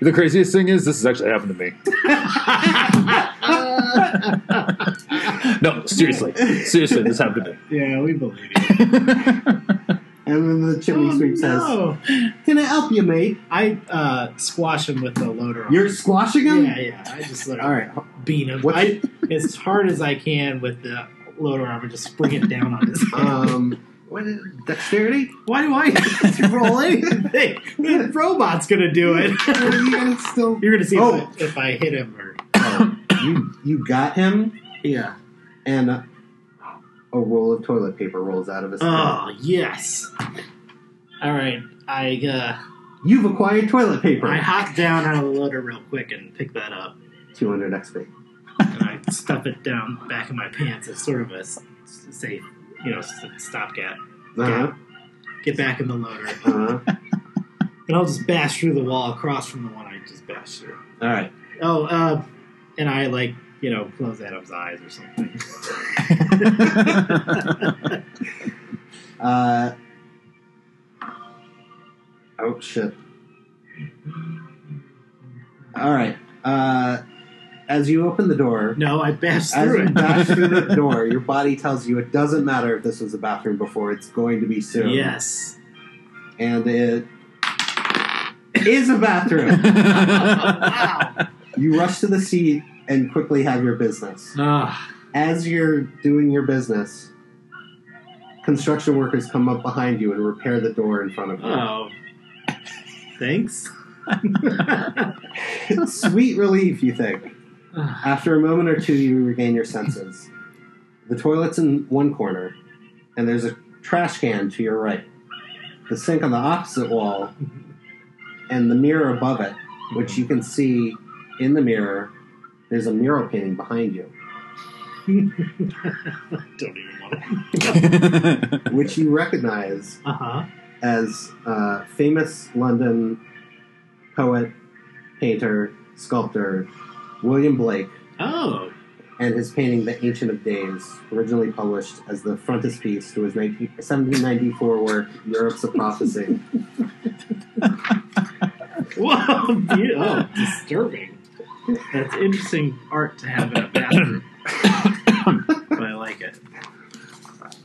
[SPEAKER 3] The craziest thing is, this has actually happened to me. No, seriously. Seriously, this happened
[SPEAKER 2] yeah, we believe you.
[SPEAKER 3] to me.
[SPEAKER 1] And then the chimney
[SPEAKER 2] oh,
[SPEAKER 1] sweep says,
[SPEAKER 2] no.
[SPEAKER 1] Can I help you, mate?
[SPEAKER 2] I uh, squash him with the loader. on.
[SPEAKER 1] You're squashing him?
[SPEAKER 2] yeah, yeah. I just like
[SPEAKER 1] All right.
[SPEAKER 2] beat him
[SPEAKER 1] What-
[SPEAKER 2] I, as hard as I can with the loader arm and just spring it down on his head.
[SPEAKER 1] Um, what is dexterity?
[SPEAKER 2] Why do I have to roll anything? The robot's gonna do it.
[SPEAKER 1] you gotta still.
[SPEAKER 2] You're gonna see
[SPEAKER 1] Oh.
[SPEAKER 2] if, I, if I hit him or
[SPEAKER 1] Oh, you you got him,
[SPEAKER 2] yeah.
[SPEAKER 1] and a, a roll of toilet paper rolls out of his. hand.
[SPEAKER 2] Oh yes. All right, I uh,
[SPEAKER 1] You've acquired toilet
[SPEAKER 2] I
[SPEAKER 1] paper.
[SPEAKER 2] hop down out of the loader real quick and pick that up,
[SPEAKER 1] Two hundred XP.
[SPEAKER 2] and I stuff it down back in my pants as sort of a s- safe, you know, s- stopgap.
[SPEAKER 1] Uh
[SPEAKER 2] Get back in the loader,
[SPEAKER 1] huh. Uh huh.
[SPEAKER 2] and I'll just bash through the wall across from the one I just bashed through.
[SPEAKER 1] All right.
[SPEAKER 2] Oh, uh, and I like you know close Adam's eyes or something.
[SPEAKER 1] Uh. Oh shit. All right. Uh, as you open the door,
[SPEAKER 2] No, I bashed
[SPEAKER 1] As
[SPEAKER 2] through
[SPEAKER 1] you
[SPEAKER 2] it.
[SPEAKER 1] dash through the door, your body tells you it doesn't matter if this was a bathroom before, it's going to be soon.
[SPEAKER 2] Yes.
[SPEAKER 1] And it is a bathroom.
[SPEAKER 2] wow.
[SPEAKER 1] you rush to the seat and quickly have your business.
[SPEAKER 2] Ah.
[SPEAKER 1] As you're doing your business, construction workers come up behind you and repair the door in front of you.
[SPEAKER 2] oh. Thanks.
[SPEAKER 1] Sweet relief, you think. After a moment or two, you regain your senses. The toilet's in one corner, and there's a trash can to your right. The sink on the opposite wall, and the mirror above it, which you can see in the mirror, there's a mural painting behind you,
[SPEAKER 2] Don't even want to.
[SPEAKER 1] which you recognize
[SPEAKER 2] Uh huh.
[SPEAKER 1] as uh, famous London poet, painter, sculptor William Blake
[SPEAKER 2] Oh,
[SPEAKER 1] and his painting The Ancient of Days, originally published as the frontispiece to his 19, 1794 work Europe's a Prophecy.
[SPEAKER 2] whoa, be- oh, disturbing. That's interesting art to have in a bathroom, but I like it.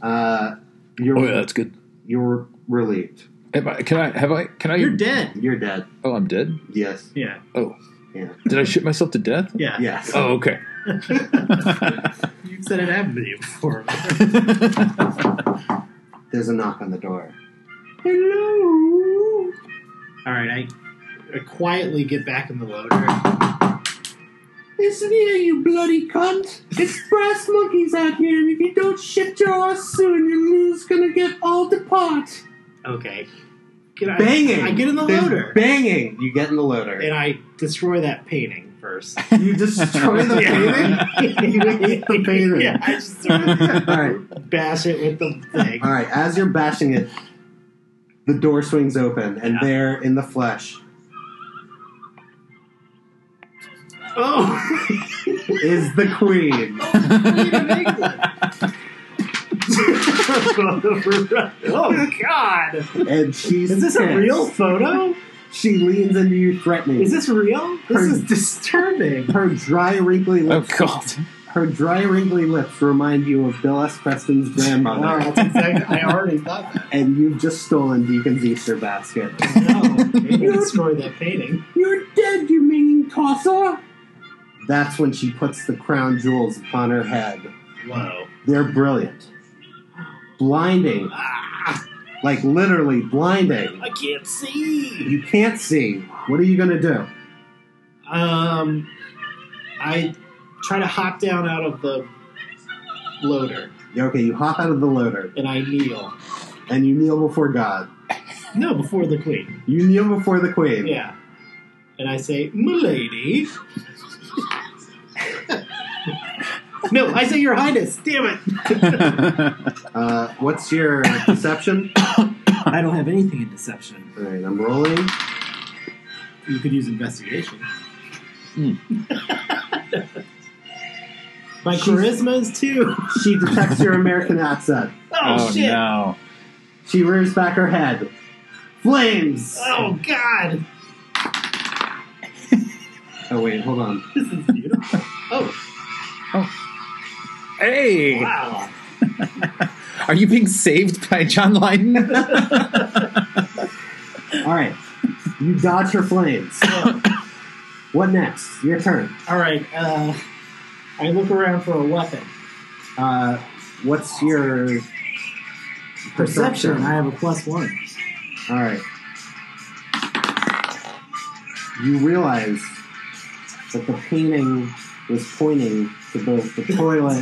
[SPEAKER 1] Uh, you're
[SPEAKER 3] Oh, yeah, that's good.
[SPEAKER 1] you're relieved.
[SPEAKER 3] Have I, can I? Have I? Can I?
[SPEAKER 2] You're dead.
[SPEAKER 1] You're dead.
[SPEAKER 3] oh, I'm dead.
[SPEAKER 1] Yes.
[SPEAKER 2] Yeah,
[SPEAKER 3] Oh,
[SPEAKER 1] Yeah.
[SPEAKER 3] did I shit myself to death?
[SPEAKER 2] yeah.
[SPEAKER 1] Yes.
[SPEAKER 3] Oh, okay.
[SPEAKER 2] You said it happened to you before.
[SPEAKER 1] There's a knock on the door.
[SPEAKER 2] Hello. All right, I, I quietly get back in the loader.
[SPEAKER 1] Listen here, you bloody cunt! It's brass monkeys out here, and if you don't shit your ass soon, your moon's gonna get all the pot.
[SPEAKER 2] Okay. Can I,
[SPEAKER 1] Banging.
[SPEAKER 2] I get in the
[SPEAKER 1] There's
[SPEAKER 2] loader
[SPEAKER 1] Banging. You get in the loader.
[SPEAKER 2] and I destroy that painting first.
[SPEAKER 1] you destroy the
[SPEAKER 2] Yeah.
[SPEAKER 1] painting. you eat the painting.
[SPEAKER 2] Yeah, I just sort of
[SPEAKER 1] All right.
[SPEAKER 2] bash it with the thing.
[SPEAKER 1] All right, as you're bashing it, the door swings open, and
[SPEAKER 2] Yeah.
[SPEAKER 1] there in the flesh
[SPEAKER 2] Oh,
[SPEAKER 1] is the queen.
[SPEAKER 2] Queen of England. oh God!
[SPEAKER 1] And she's
[SPEAKER 2] Is this a
[SPEAKER 1] pissed.
[SPEAKER 2] real photo?
[SPEAKER 1] She leans into you threatening.
[SPEAKER 2] Is this real? This is disturbing.
[SPEAKER 1] her dry wrinkly
[SPEAKER 3] Oh
[SPEAKER 1] lips
[SPEAKER 3] God.
[SPEAKER 1] her dry wrinkly lips remind you of Bill S. Preston's
[SPEAKER 2] Wow,
[SPEAKER 1] grandmother.
[SPEAKER 2] that's exactly. I already thought that.
[SPEAKER 1] and you've just stolen Deacon's Easter basket.
[SPEAKER 2] No, maybe destroy that painting.
[SPEAKER 1] You're dead, you mean tosser! That's when she puts the crown jewels upon her head.
[SPEAKER 2] Whoa.
[SPEAKER 1] They're brilliant. Blinding.
[SPEAKER 2] Ah,
[SPEAKER 1] Like literally blinding.
[SPEAKER 2] I can't see.
[SPEAKER 1] You can't see. What are you gonna do?
[SPEAKER 2] Um, I try to hop down out of the loader
[SPEAKER 1] Okay, you hop out of the loader
[SPEAKER 2] and I kneel.
[SPEAKER 1] and you kneel before God.
[SPEAKER 2] No, before the queen.
[SPEAKER 1] You kneel before the queen.
[SPEAKER 2] Yeah. And I say, Milady. no, I say, Your Highness. Damn it. Oh,
[SPEAKER 1] Uh, what's your deception?
[SPEAKER 4] I don't have anything in deception.
[SPEAKER 1] All right, I'm rolling.
[SPEAKER 2] You could use investigation.
[SPEAKER 3] Hmm.
[SPEAKER 2] My charisma is two.
[SPEAKER 1] She detects your American accent.
[SPEAKER 2] Oh, shit.
[SPEAKER 3] no.
[SPEAKER 1] She rears back her head. Flames!
[SPEAKER 2] Oh, God.
[SPEAKER 1] Oh, wait, hold on.
[SPEAKER 2] This is beautiful. Oh,
[SPEAKER 3] Hey,
[SPEAKER 2] wow.
[SPEAKER 3] are you being saved by John Lydon?
[SPEAKER 1] All right. You dodge her flames.
[SPEAKER 2] Yeah.
[SPEAKER 1] What next? Your turn.
[SPEAKER 2] All right. Uh, I look around for a weapon.
[SPEAKER 1] Uh, what's your
[SPEAKER 4] Perception, I have a plus one.
[SPEAKER 1] All right. You realize that the painting was pointing to both the toilet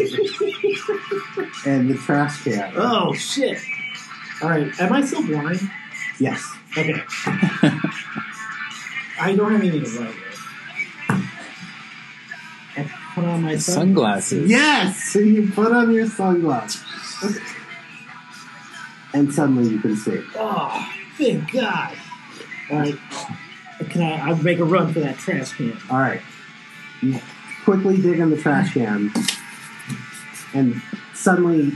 [SPEAKER 1] and the trash can.
[SPEAKER 2] Oh, shit. All right. Am I still blind?
[SPEAKER 1] Yes.
[SPEAKER 2] Okay. I don't have anything to write with. I put on my sunglasses.
[SPEAKER 3] Sunglasses.
[SPEAKER 1] Yes! So you put on your sunglasses. and suddenly you can see.
[SPEAKER 2] Oh, thank God. All right. Can I, I'll make a run for that trash can.
[SPEAKER 1] All right. You quickly dig in the trash can, and suddenly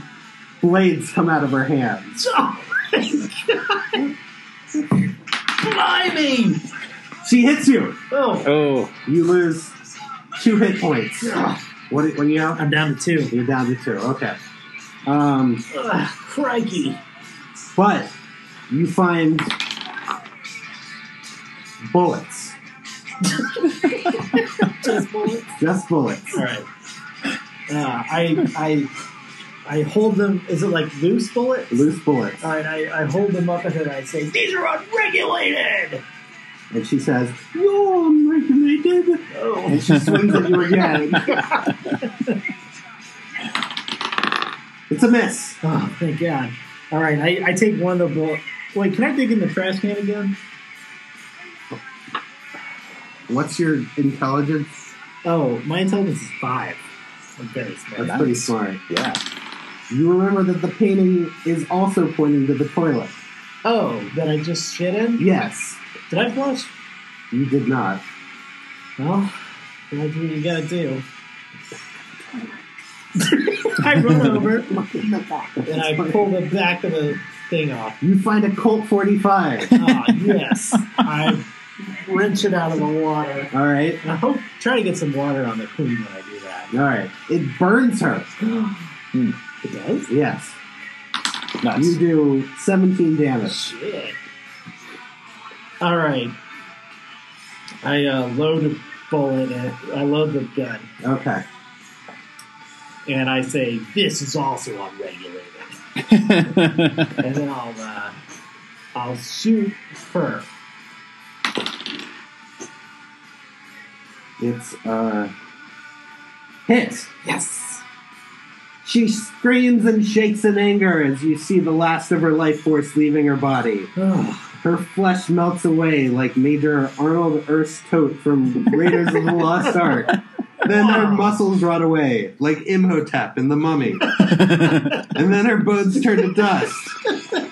[SPEAKER 1] blades come out of her hands.
[SPEAKER 2] Oh, my God. Blimey!
[SPEAKER 1] She hits you.
[SPEAKER 2] Oh,
[SPEAKER 3] Oh,
[SPEAKER 1] You lose two hit points. What? do- What do you have?
[SPEAKER 2] I'm down to two.
[SPEAKER 1] You're down to two. Okay. Um,
[SPEAKER 2] Ugh, crikey.
[SPEAKER 1] but you find bullets,
[SPEAKER 2] Just bullets.
[SPEAKER 1] just bullets.
[SPEAKER 2] All right. Uh, I, I, I hold them. Is it like loose bullets?
[SPEAKER 1] Loose bullets.
[SPEAKER 2] All right, I, I hold them up and then I say, These are unregulated!
[SPEAKER 1] And she says, You're unregulated
[SPEAKER 2] needed. Oh, and she swings at you again.
[SPEAKER 1] It's a miss.
[SPEAKER 2] oh, thank God. All right, I, I take one of the bull. Wait, can I dig in the trash can again?
[SPEAKER 1] What's your intelligence?
[SPEAKER 2] Oh, my intelligence is five. I'm very smart.
[SPEAKER 1] That's
[SPEAKER 3] Nice.
[SPEAKER 1] pretty smart.
[SPEAKER 3] Yeah.
[SPEAKER 1] You remember that the painting is also pointing to the toilet.
[SPEAKER 2] Oh, that I just shit in?
[SPEAKER 1] Yes,
[SPEAKER 2] Did I flush?
[SPEAKER 1] you did not.
[SPEAKER 2] Well, that's what you gotta do. I run over
[SPEAKER 1] Look in the back.
[SPEAKER 2] and I pull the back of the thing off.
[SPEAKER 1] You find a Colt 45.
[SPEAKER 2] Ah, yes. I wrench it out of the water.
[SPEAKER 1] All right.
[SPEAKER 2] And I hope, try to get some water on the queen when I do that.
[SPEAKER 1] All right. It burns her.
[SPEAKER 3] Hmm.
[SPEAKER 2] It does?
[SPEAKER 1] Yes. You
[SPEAKER 3] Nice.
[SPEAKER 1] do 17 damage.
[SPEAKER 2] Oh, Shit. All right. I uh, load a bullet. At, I load the gun,
[SPEAKER 1] Okay.
[SPEAKER 2] and I say, "This is also unregulated." and then I'll uh, I'll shoot her.
[SPEAKER 1] It's uh hit.
[SPEAKER 2] Yes.
[SPEAKER 1] She screams and shakes in anger as you see the last of her life force leaving her body.
[SPEAKER 2] Oh,
[SPEAKER 1] Her flesh melts away like Major Arnold Erst Tote from Raiders of the Lost Ark. Then her
[SPEAKER 2] Wow.
[SPEAKER 1] muscles rot away, like Imhotep in The Mummy. and then her bones turn to dust,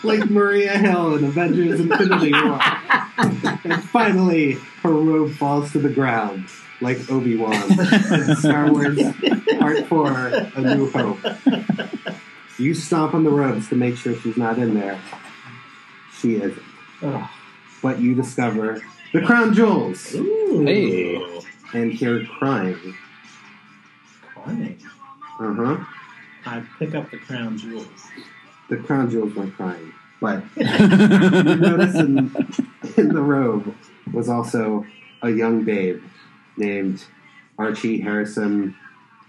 [SPEAKER 1] like Maria Hill in Avengers Infinity War. and finally, her robe falls to the ground, like Obi Wan in Star Wars Part 4 A New Hope. You stomp on the robes to make sure she's not in there. She is
[SPEAKER 2] oh.
[SPEAKER 1] but you discover the crown jewels
[SPEAKER 2] Ooh.
[SPEAKER 3] Hey.
[SPEAKER 1] and hear crying.
[SPEAKER 2] Crying.
[SPEAKER 1] Uh huh.
[SPEAKER 2] I pick up the crown jewels.
[SPEAKER 1] The crown jewels weren't crying, but you notice in, in the robe was also a young babe named Archie Harrison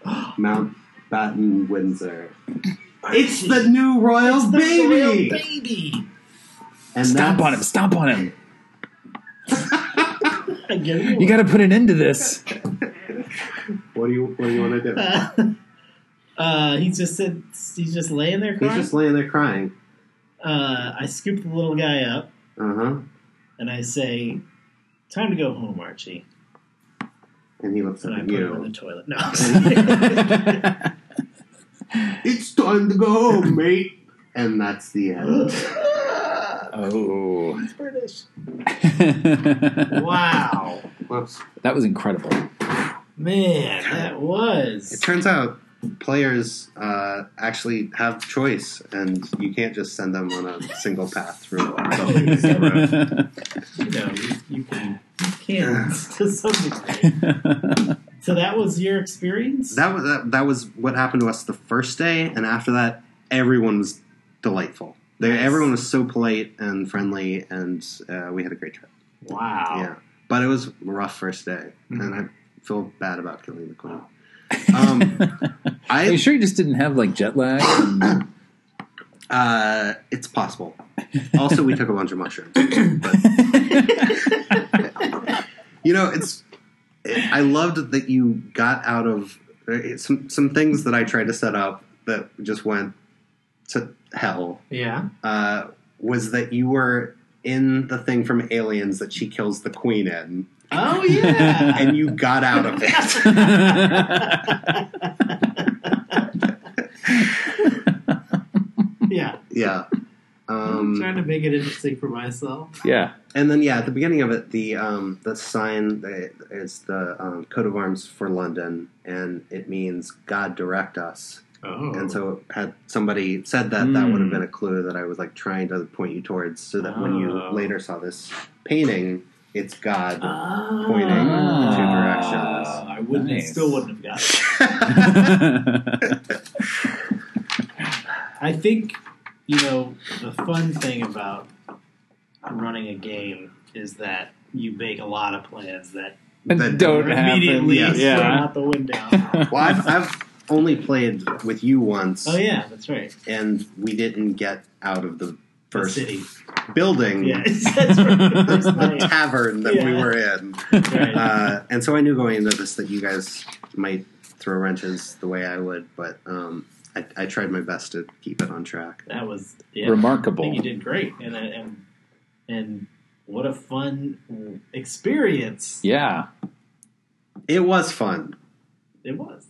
[SPEAKER 1] Mountbatten Windsor. It's the new royal
[SPEAKER 2] It's the
[SPEAKER 1] baby,
[SPEAKER 2] royal baby.
[SPEAKER 1] and
[SPEAKER 3] Stomp
[SPEAKER 1] that's-
[SPEAKER 3] on him! Stomp on him!
[SPEAKER 2] I get it.
[SPEAKER 3] You got to put an end to this.
[SPEAKER 1] What do you What do you want to do?
[SPEAKER 2] Uh, uh, he's just sit, he's just laying there
[SPEAKER 1] He's
[SPEAKER 2] crying.
[SPEAKER 1] just laying there crying.
[SPEAKER 2] uh, I scoop the little guy up
[SPEAKER 1] Uh huh.
[SPEAKER 2] and I say, "Time to go home, Archie."
[SPEAKER 1] And he looks
[SPEAKER 2] And I
[SPEAKER 1] at
[SPEAKER 2] put him in
[SPEAKER 1] you.
[SPEAKER 2] the toilet. No, I'm
[SPEAKER 1] It's time to go home, mate. And that's the end.
[SPEAKER 2] just-
[SPEAKER 3] oh.
[SPEAKER 2] He's British.
[SPEAKER 3] that
[SPEAKER 2] Wow,
[SPEAKER 1] Whoops.
[SPEAKER 3] was incredible.
[SPEAKER 2] man, that
[SPEAKER 1] It
[SPEAKER 2] was
[SPEAKER 1] turns out players uh, actually have choice, and you can't just send them on a single path through the
[SPEAKER 2] you know you, you can you can to some degree. So that was your experience.
[SPEAKER 1] That was that, that was what happened to us the first day, and after that, everyone was delightful. They,
[SPEAKER 2] Nice.
[SPEAKER 1] Everyone was so polite and friendly, and uh, we had a great trip.
[SPEAKER 2] wow. Mm-hmm.
[SPEAKER 1] Yeah, but it was a rough first day, and I feel bad about killing the queen. Um,
[SPEAKER 3] Are you
[SPEAKER 1] I
[SPEAKER 3] sure you just didn't have like jet lag? And,
[SPEAKER 1] uh, it's possible. Also, we took a bunch of mushrooms. But you know, it's I loved that you got out of uh, some some things that I tried to set up that just went to hell.
[SPEAKER 2] Yeah.
[SPEAKER 1] Uh, was that you were in the thing from Aliens that she kills the queen in,
[SPEAKER 2] Oh yeah.
[SPEAKER 1] and you got out of it.
[SPEAKER 2] yeah.
[SPEAKER 1] yeah.
[SPEAKER 2] I'm trying
[SPEAKER 1] Um,
[SPEAKER 2] to make it interesting for myself.
[SPEAKER 3] yeah.
[SPEAKER 1] and then yeah, at the beginning of it, the um, the sign that is the um, coat of arms for London, and it means God direct us.
[SPEAKER 2] Oh. Hmm.
[SPEAKER 1] And so, had somebody said that, that
[SPEAKER 3] Mm.
[SPEAKER 1] would have been a clue that I was like trying to point you towards, so that when you
[SPEAKER 2] Oh.
[SPEAKER 1] later saw this painting, it's God.
[SPEAKER 2] Ah.
[SPEAKER 1] Pointing in the two directions.
[SPEAKER 2] I wouldn't.
[SPEAKER 3] Nice.
[SPEAKER 2] Still wouldn't have got. It. Uh. I think you know the fun thing about running a game is that you make a lot of plans that
[SPEAKER 1] That
[SPEAKER 3] and don't
[SPEAKER 2] are
[SPEAKER 3] happen.
[SPEAKER 2] immediately
[SPEAKER 1] Yes.
[SPEAKER 2] thrown
[SPEAKER 3] Yeah.
[SPEAKER 2] out the window.
[SPEAKER 1] well, I've, I've only played with you once,
[SPEAKER 2] oh yeah, Oh, that's right.
[SPEAKER 1] and we didn't get out of the first
[SPEAKER 2] city.
[SPEAKER 1] building,
[SPEAKER 2] Yeah, that's right. First
[SPEAKER 1] the
[SPEAKER 2] name.
[SPEAKER 1] tavern that we
[SPEAKER 2] Yeah.
[SPEAKER 1] were in.
[SPEAKER 2] Right.
[SPEAKER 1] Uh, and so I knew going into this that you guys might throw wrenches the way I would, but um, I, I tried my best to keep it on track.
[SPEAKER 2] that was yeah. I
[SPEAKER 3] Remarkable.
[SPEAKER 2] think you did great, and I- and and what a fun experience
[SPEAKER 3] Yeah.
[SPEAKER 1] It was fun.
[SPEAKER 2] it was,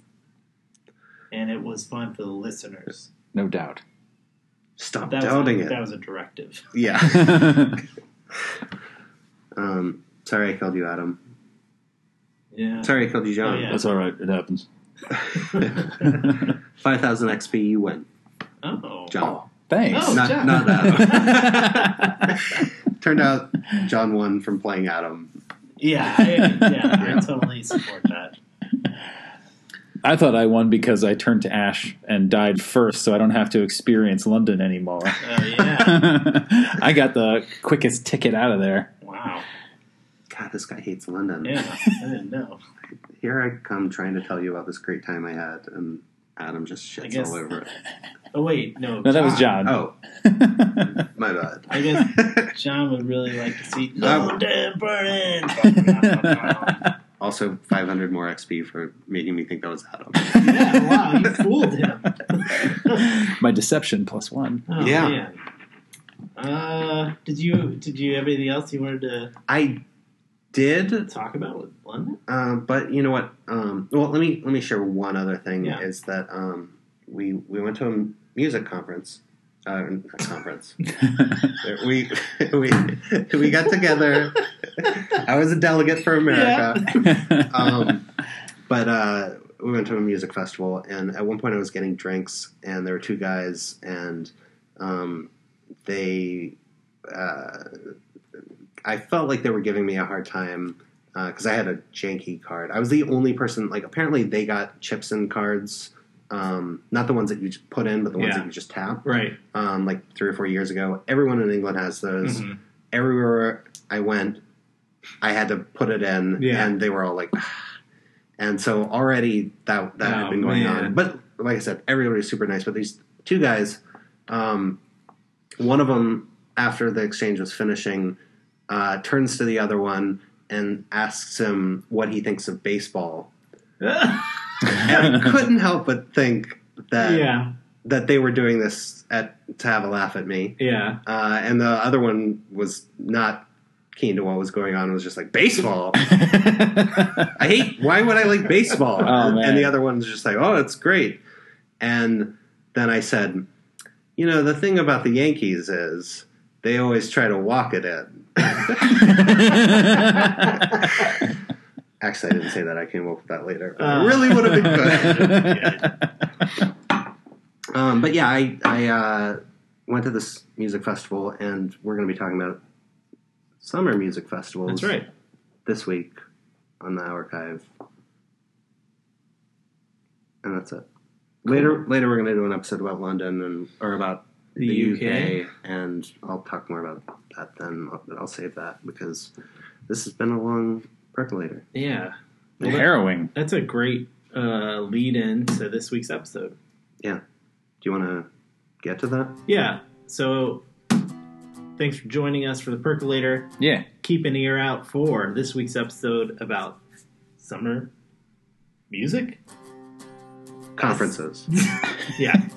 [SPEAKER 2] and it was fun for the listeners.
[SPEAKER 3] No doubt.
[SPEAKER 1] Stop
[SPEAKER 2] That
[SPEAKER 1] doubting
[SPEAKER 2] was
[SPEAKER 1] it.
[SPEAKER 2] that was a directive.
[SPEAKER 1] Yeah.
[SPEAKER 3] That's
[SPEAKER 1] Um, sorry I killed you, Adam.
[SPEAKER 2] Yeah,
[SPEAKER 1] Sorry I killed you, John.
[SPEAKER 2] Oh, yeah.
[SPEAKER 3] all right. It happens.
[SPEAKER 1] 5,000 XP, you win,
[SPEAKER 2] oh,
[SPEAKER 1] John.
[SPEAKER 3] Thanks.
[SPEAKER 2] Oh,
[SPEAKER 1] not,
[SPEAKER 2] John.
[SPEAKER 1] not Adam.
[SPEAKER 2] Oh.
[SPEAKER 1] Turned out John won from playing Adam.
[SPEAKER 2] yeah, I, yeah, I totally support that.
[SPEAKER 3] I thought I won because I turned to ash and died first, so I don't have to experience London anymore.
[SPEAKER 2] Oh yeah,
[SPEAKER 3] I got the quickest ticket out of there.
[SPEAKER 2] wow,
[SPEAKER 1] God, this guy hates London.
[SPEAKER 2] yeah, I didn't know.
[SPEAKER 1] Here I come trying to tell you about this great time I had, and Adam just
[SPEAKER 2] I
[SPEAKER 1] shits
[SPEAKER 2] guess-
[SPEAKER 1] all over it.
[SPEAKER 2] Oh wait, no,
[SPEAKER 3] No, that was John.
[SPEAKER 1] Oh, my bad.
[SPEAKER 2] I guess John would really like to see
[SPEAKER 1] That-
[SPEAKER 2] London burning.
[SPEAKER 1] Also, 500 more XP for making me think that was Adam.
[SPEAKER 2] yeah, wow, you fooled him.
[SPEAKER 3] My deception plus one.
[SPEAKER 2] Oh,
[SPEAKER 1] Yeah.
[SPEAKER 2] Man. Uh, did you did you have anything else you wanted to
[SPEAKER 1] I did,
[SPEAKER 2] talk about with London?
[SPEAKER 1] uh, but you know what? Um, well, let me let me share one other thing.
[SPEAKER 2] Yeah.
[SPEAKER 1] Is that um, we we went to a music conference, uh, not conference. we we we got together. I was a delegate for America. um, but uh, we went to a music festival, and at one point I was getting drinks, and there were two guys, and um, they, uh, I felt like they were giving me a hard time because I had a janky card. I was the only person. Like apparently they got chips in cards, um, not the ones that you just put in, but the ones
[SPEAKER 2] Yeah.
[SPEAKER 1] that you just tap.
[SPEAKER 2] Right.
[SPEAKER 1] Um, like three or four years ago, everyone in England has those
[SPEAKER 2] Mm-hmm.
[SPEAKER 1] everywhere I went, I had to put it in,
[SPEAKER 2] Yeah.
[SPEAKER 1] and they were all like, "Ah." and so already that that had
[SPEAKER 2] Oh,
[SPEAKER 1] been going
[SPEAKER 2] man.
[SPEAKER 1] on. But like I said, everybody was super nice. But these two guys, um, one of them after the exchange was finishing, uh, turns to the other one and asks him what he thinks of baseball, and I couldn't help but think that
[SPEAKER 2] yeah.
[SPEAKER 1] that they were doing this at to have a laugh at me
[SPEAKER 2] Yeah.
[SPEAKER 1] uh, and the other one was not keen to what was going on. Was just like baseball. I hate. Why would I like baseball?
[SPEAKER 3] Oh, man.
[SPEAKER 1] And the other one's just like, oh, it's great. And then I said, you know, the thing about the Yankees is they always try to walk it in. Actually, I didn't say that. I came up with that later. But
[SPEAKER 2] Uh.
[SPEAKER 1] it really would have been good.
[SPEAKER 2] Yeah.
[SPEAKER 1] Um, but yeah, I I uh, went to this music festival, and we're going to be talking about summer music festivals.
[SPEAKER 2] That's right.
[SPEAKER 1] This week on the archive, and that's it. Later, later we're going to do an episode about London and or about
[SPEAKER 2] The UK.
[SPEAKER 1] and I'll talk more about that then. I'll, I'll save that because this has been a long percolator.
[SPEAKER 2] Yeah. Well, that-
[SPEAKER 3] Harrowing.
[SPEAKER 2] that's a great uh, lead in to this week's episode.
[SPEAKER 1] Do you want to get to that?
[SPEAKER 2] Yeah. So thanks for joining us for the percolator.
[SPEAKER 3] Yeah.
[SPEAKER 2] keep an ear out for this week's episode about summer music.
[SPEAKER 1] Conferences.
[SPEAKER 2] Yeah.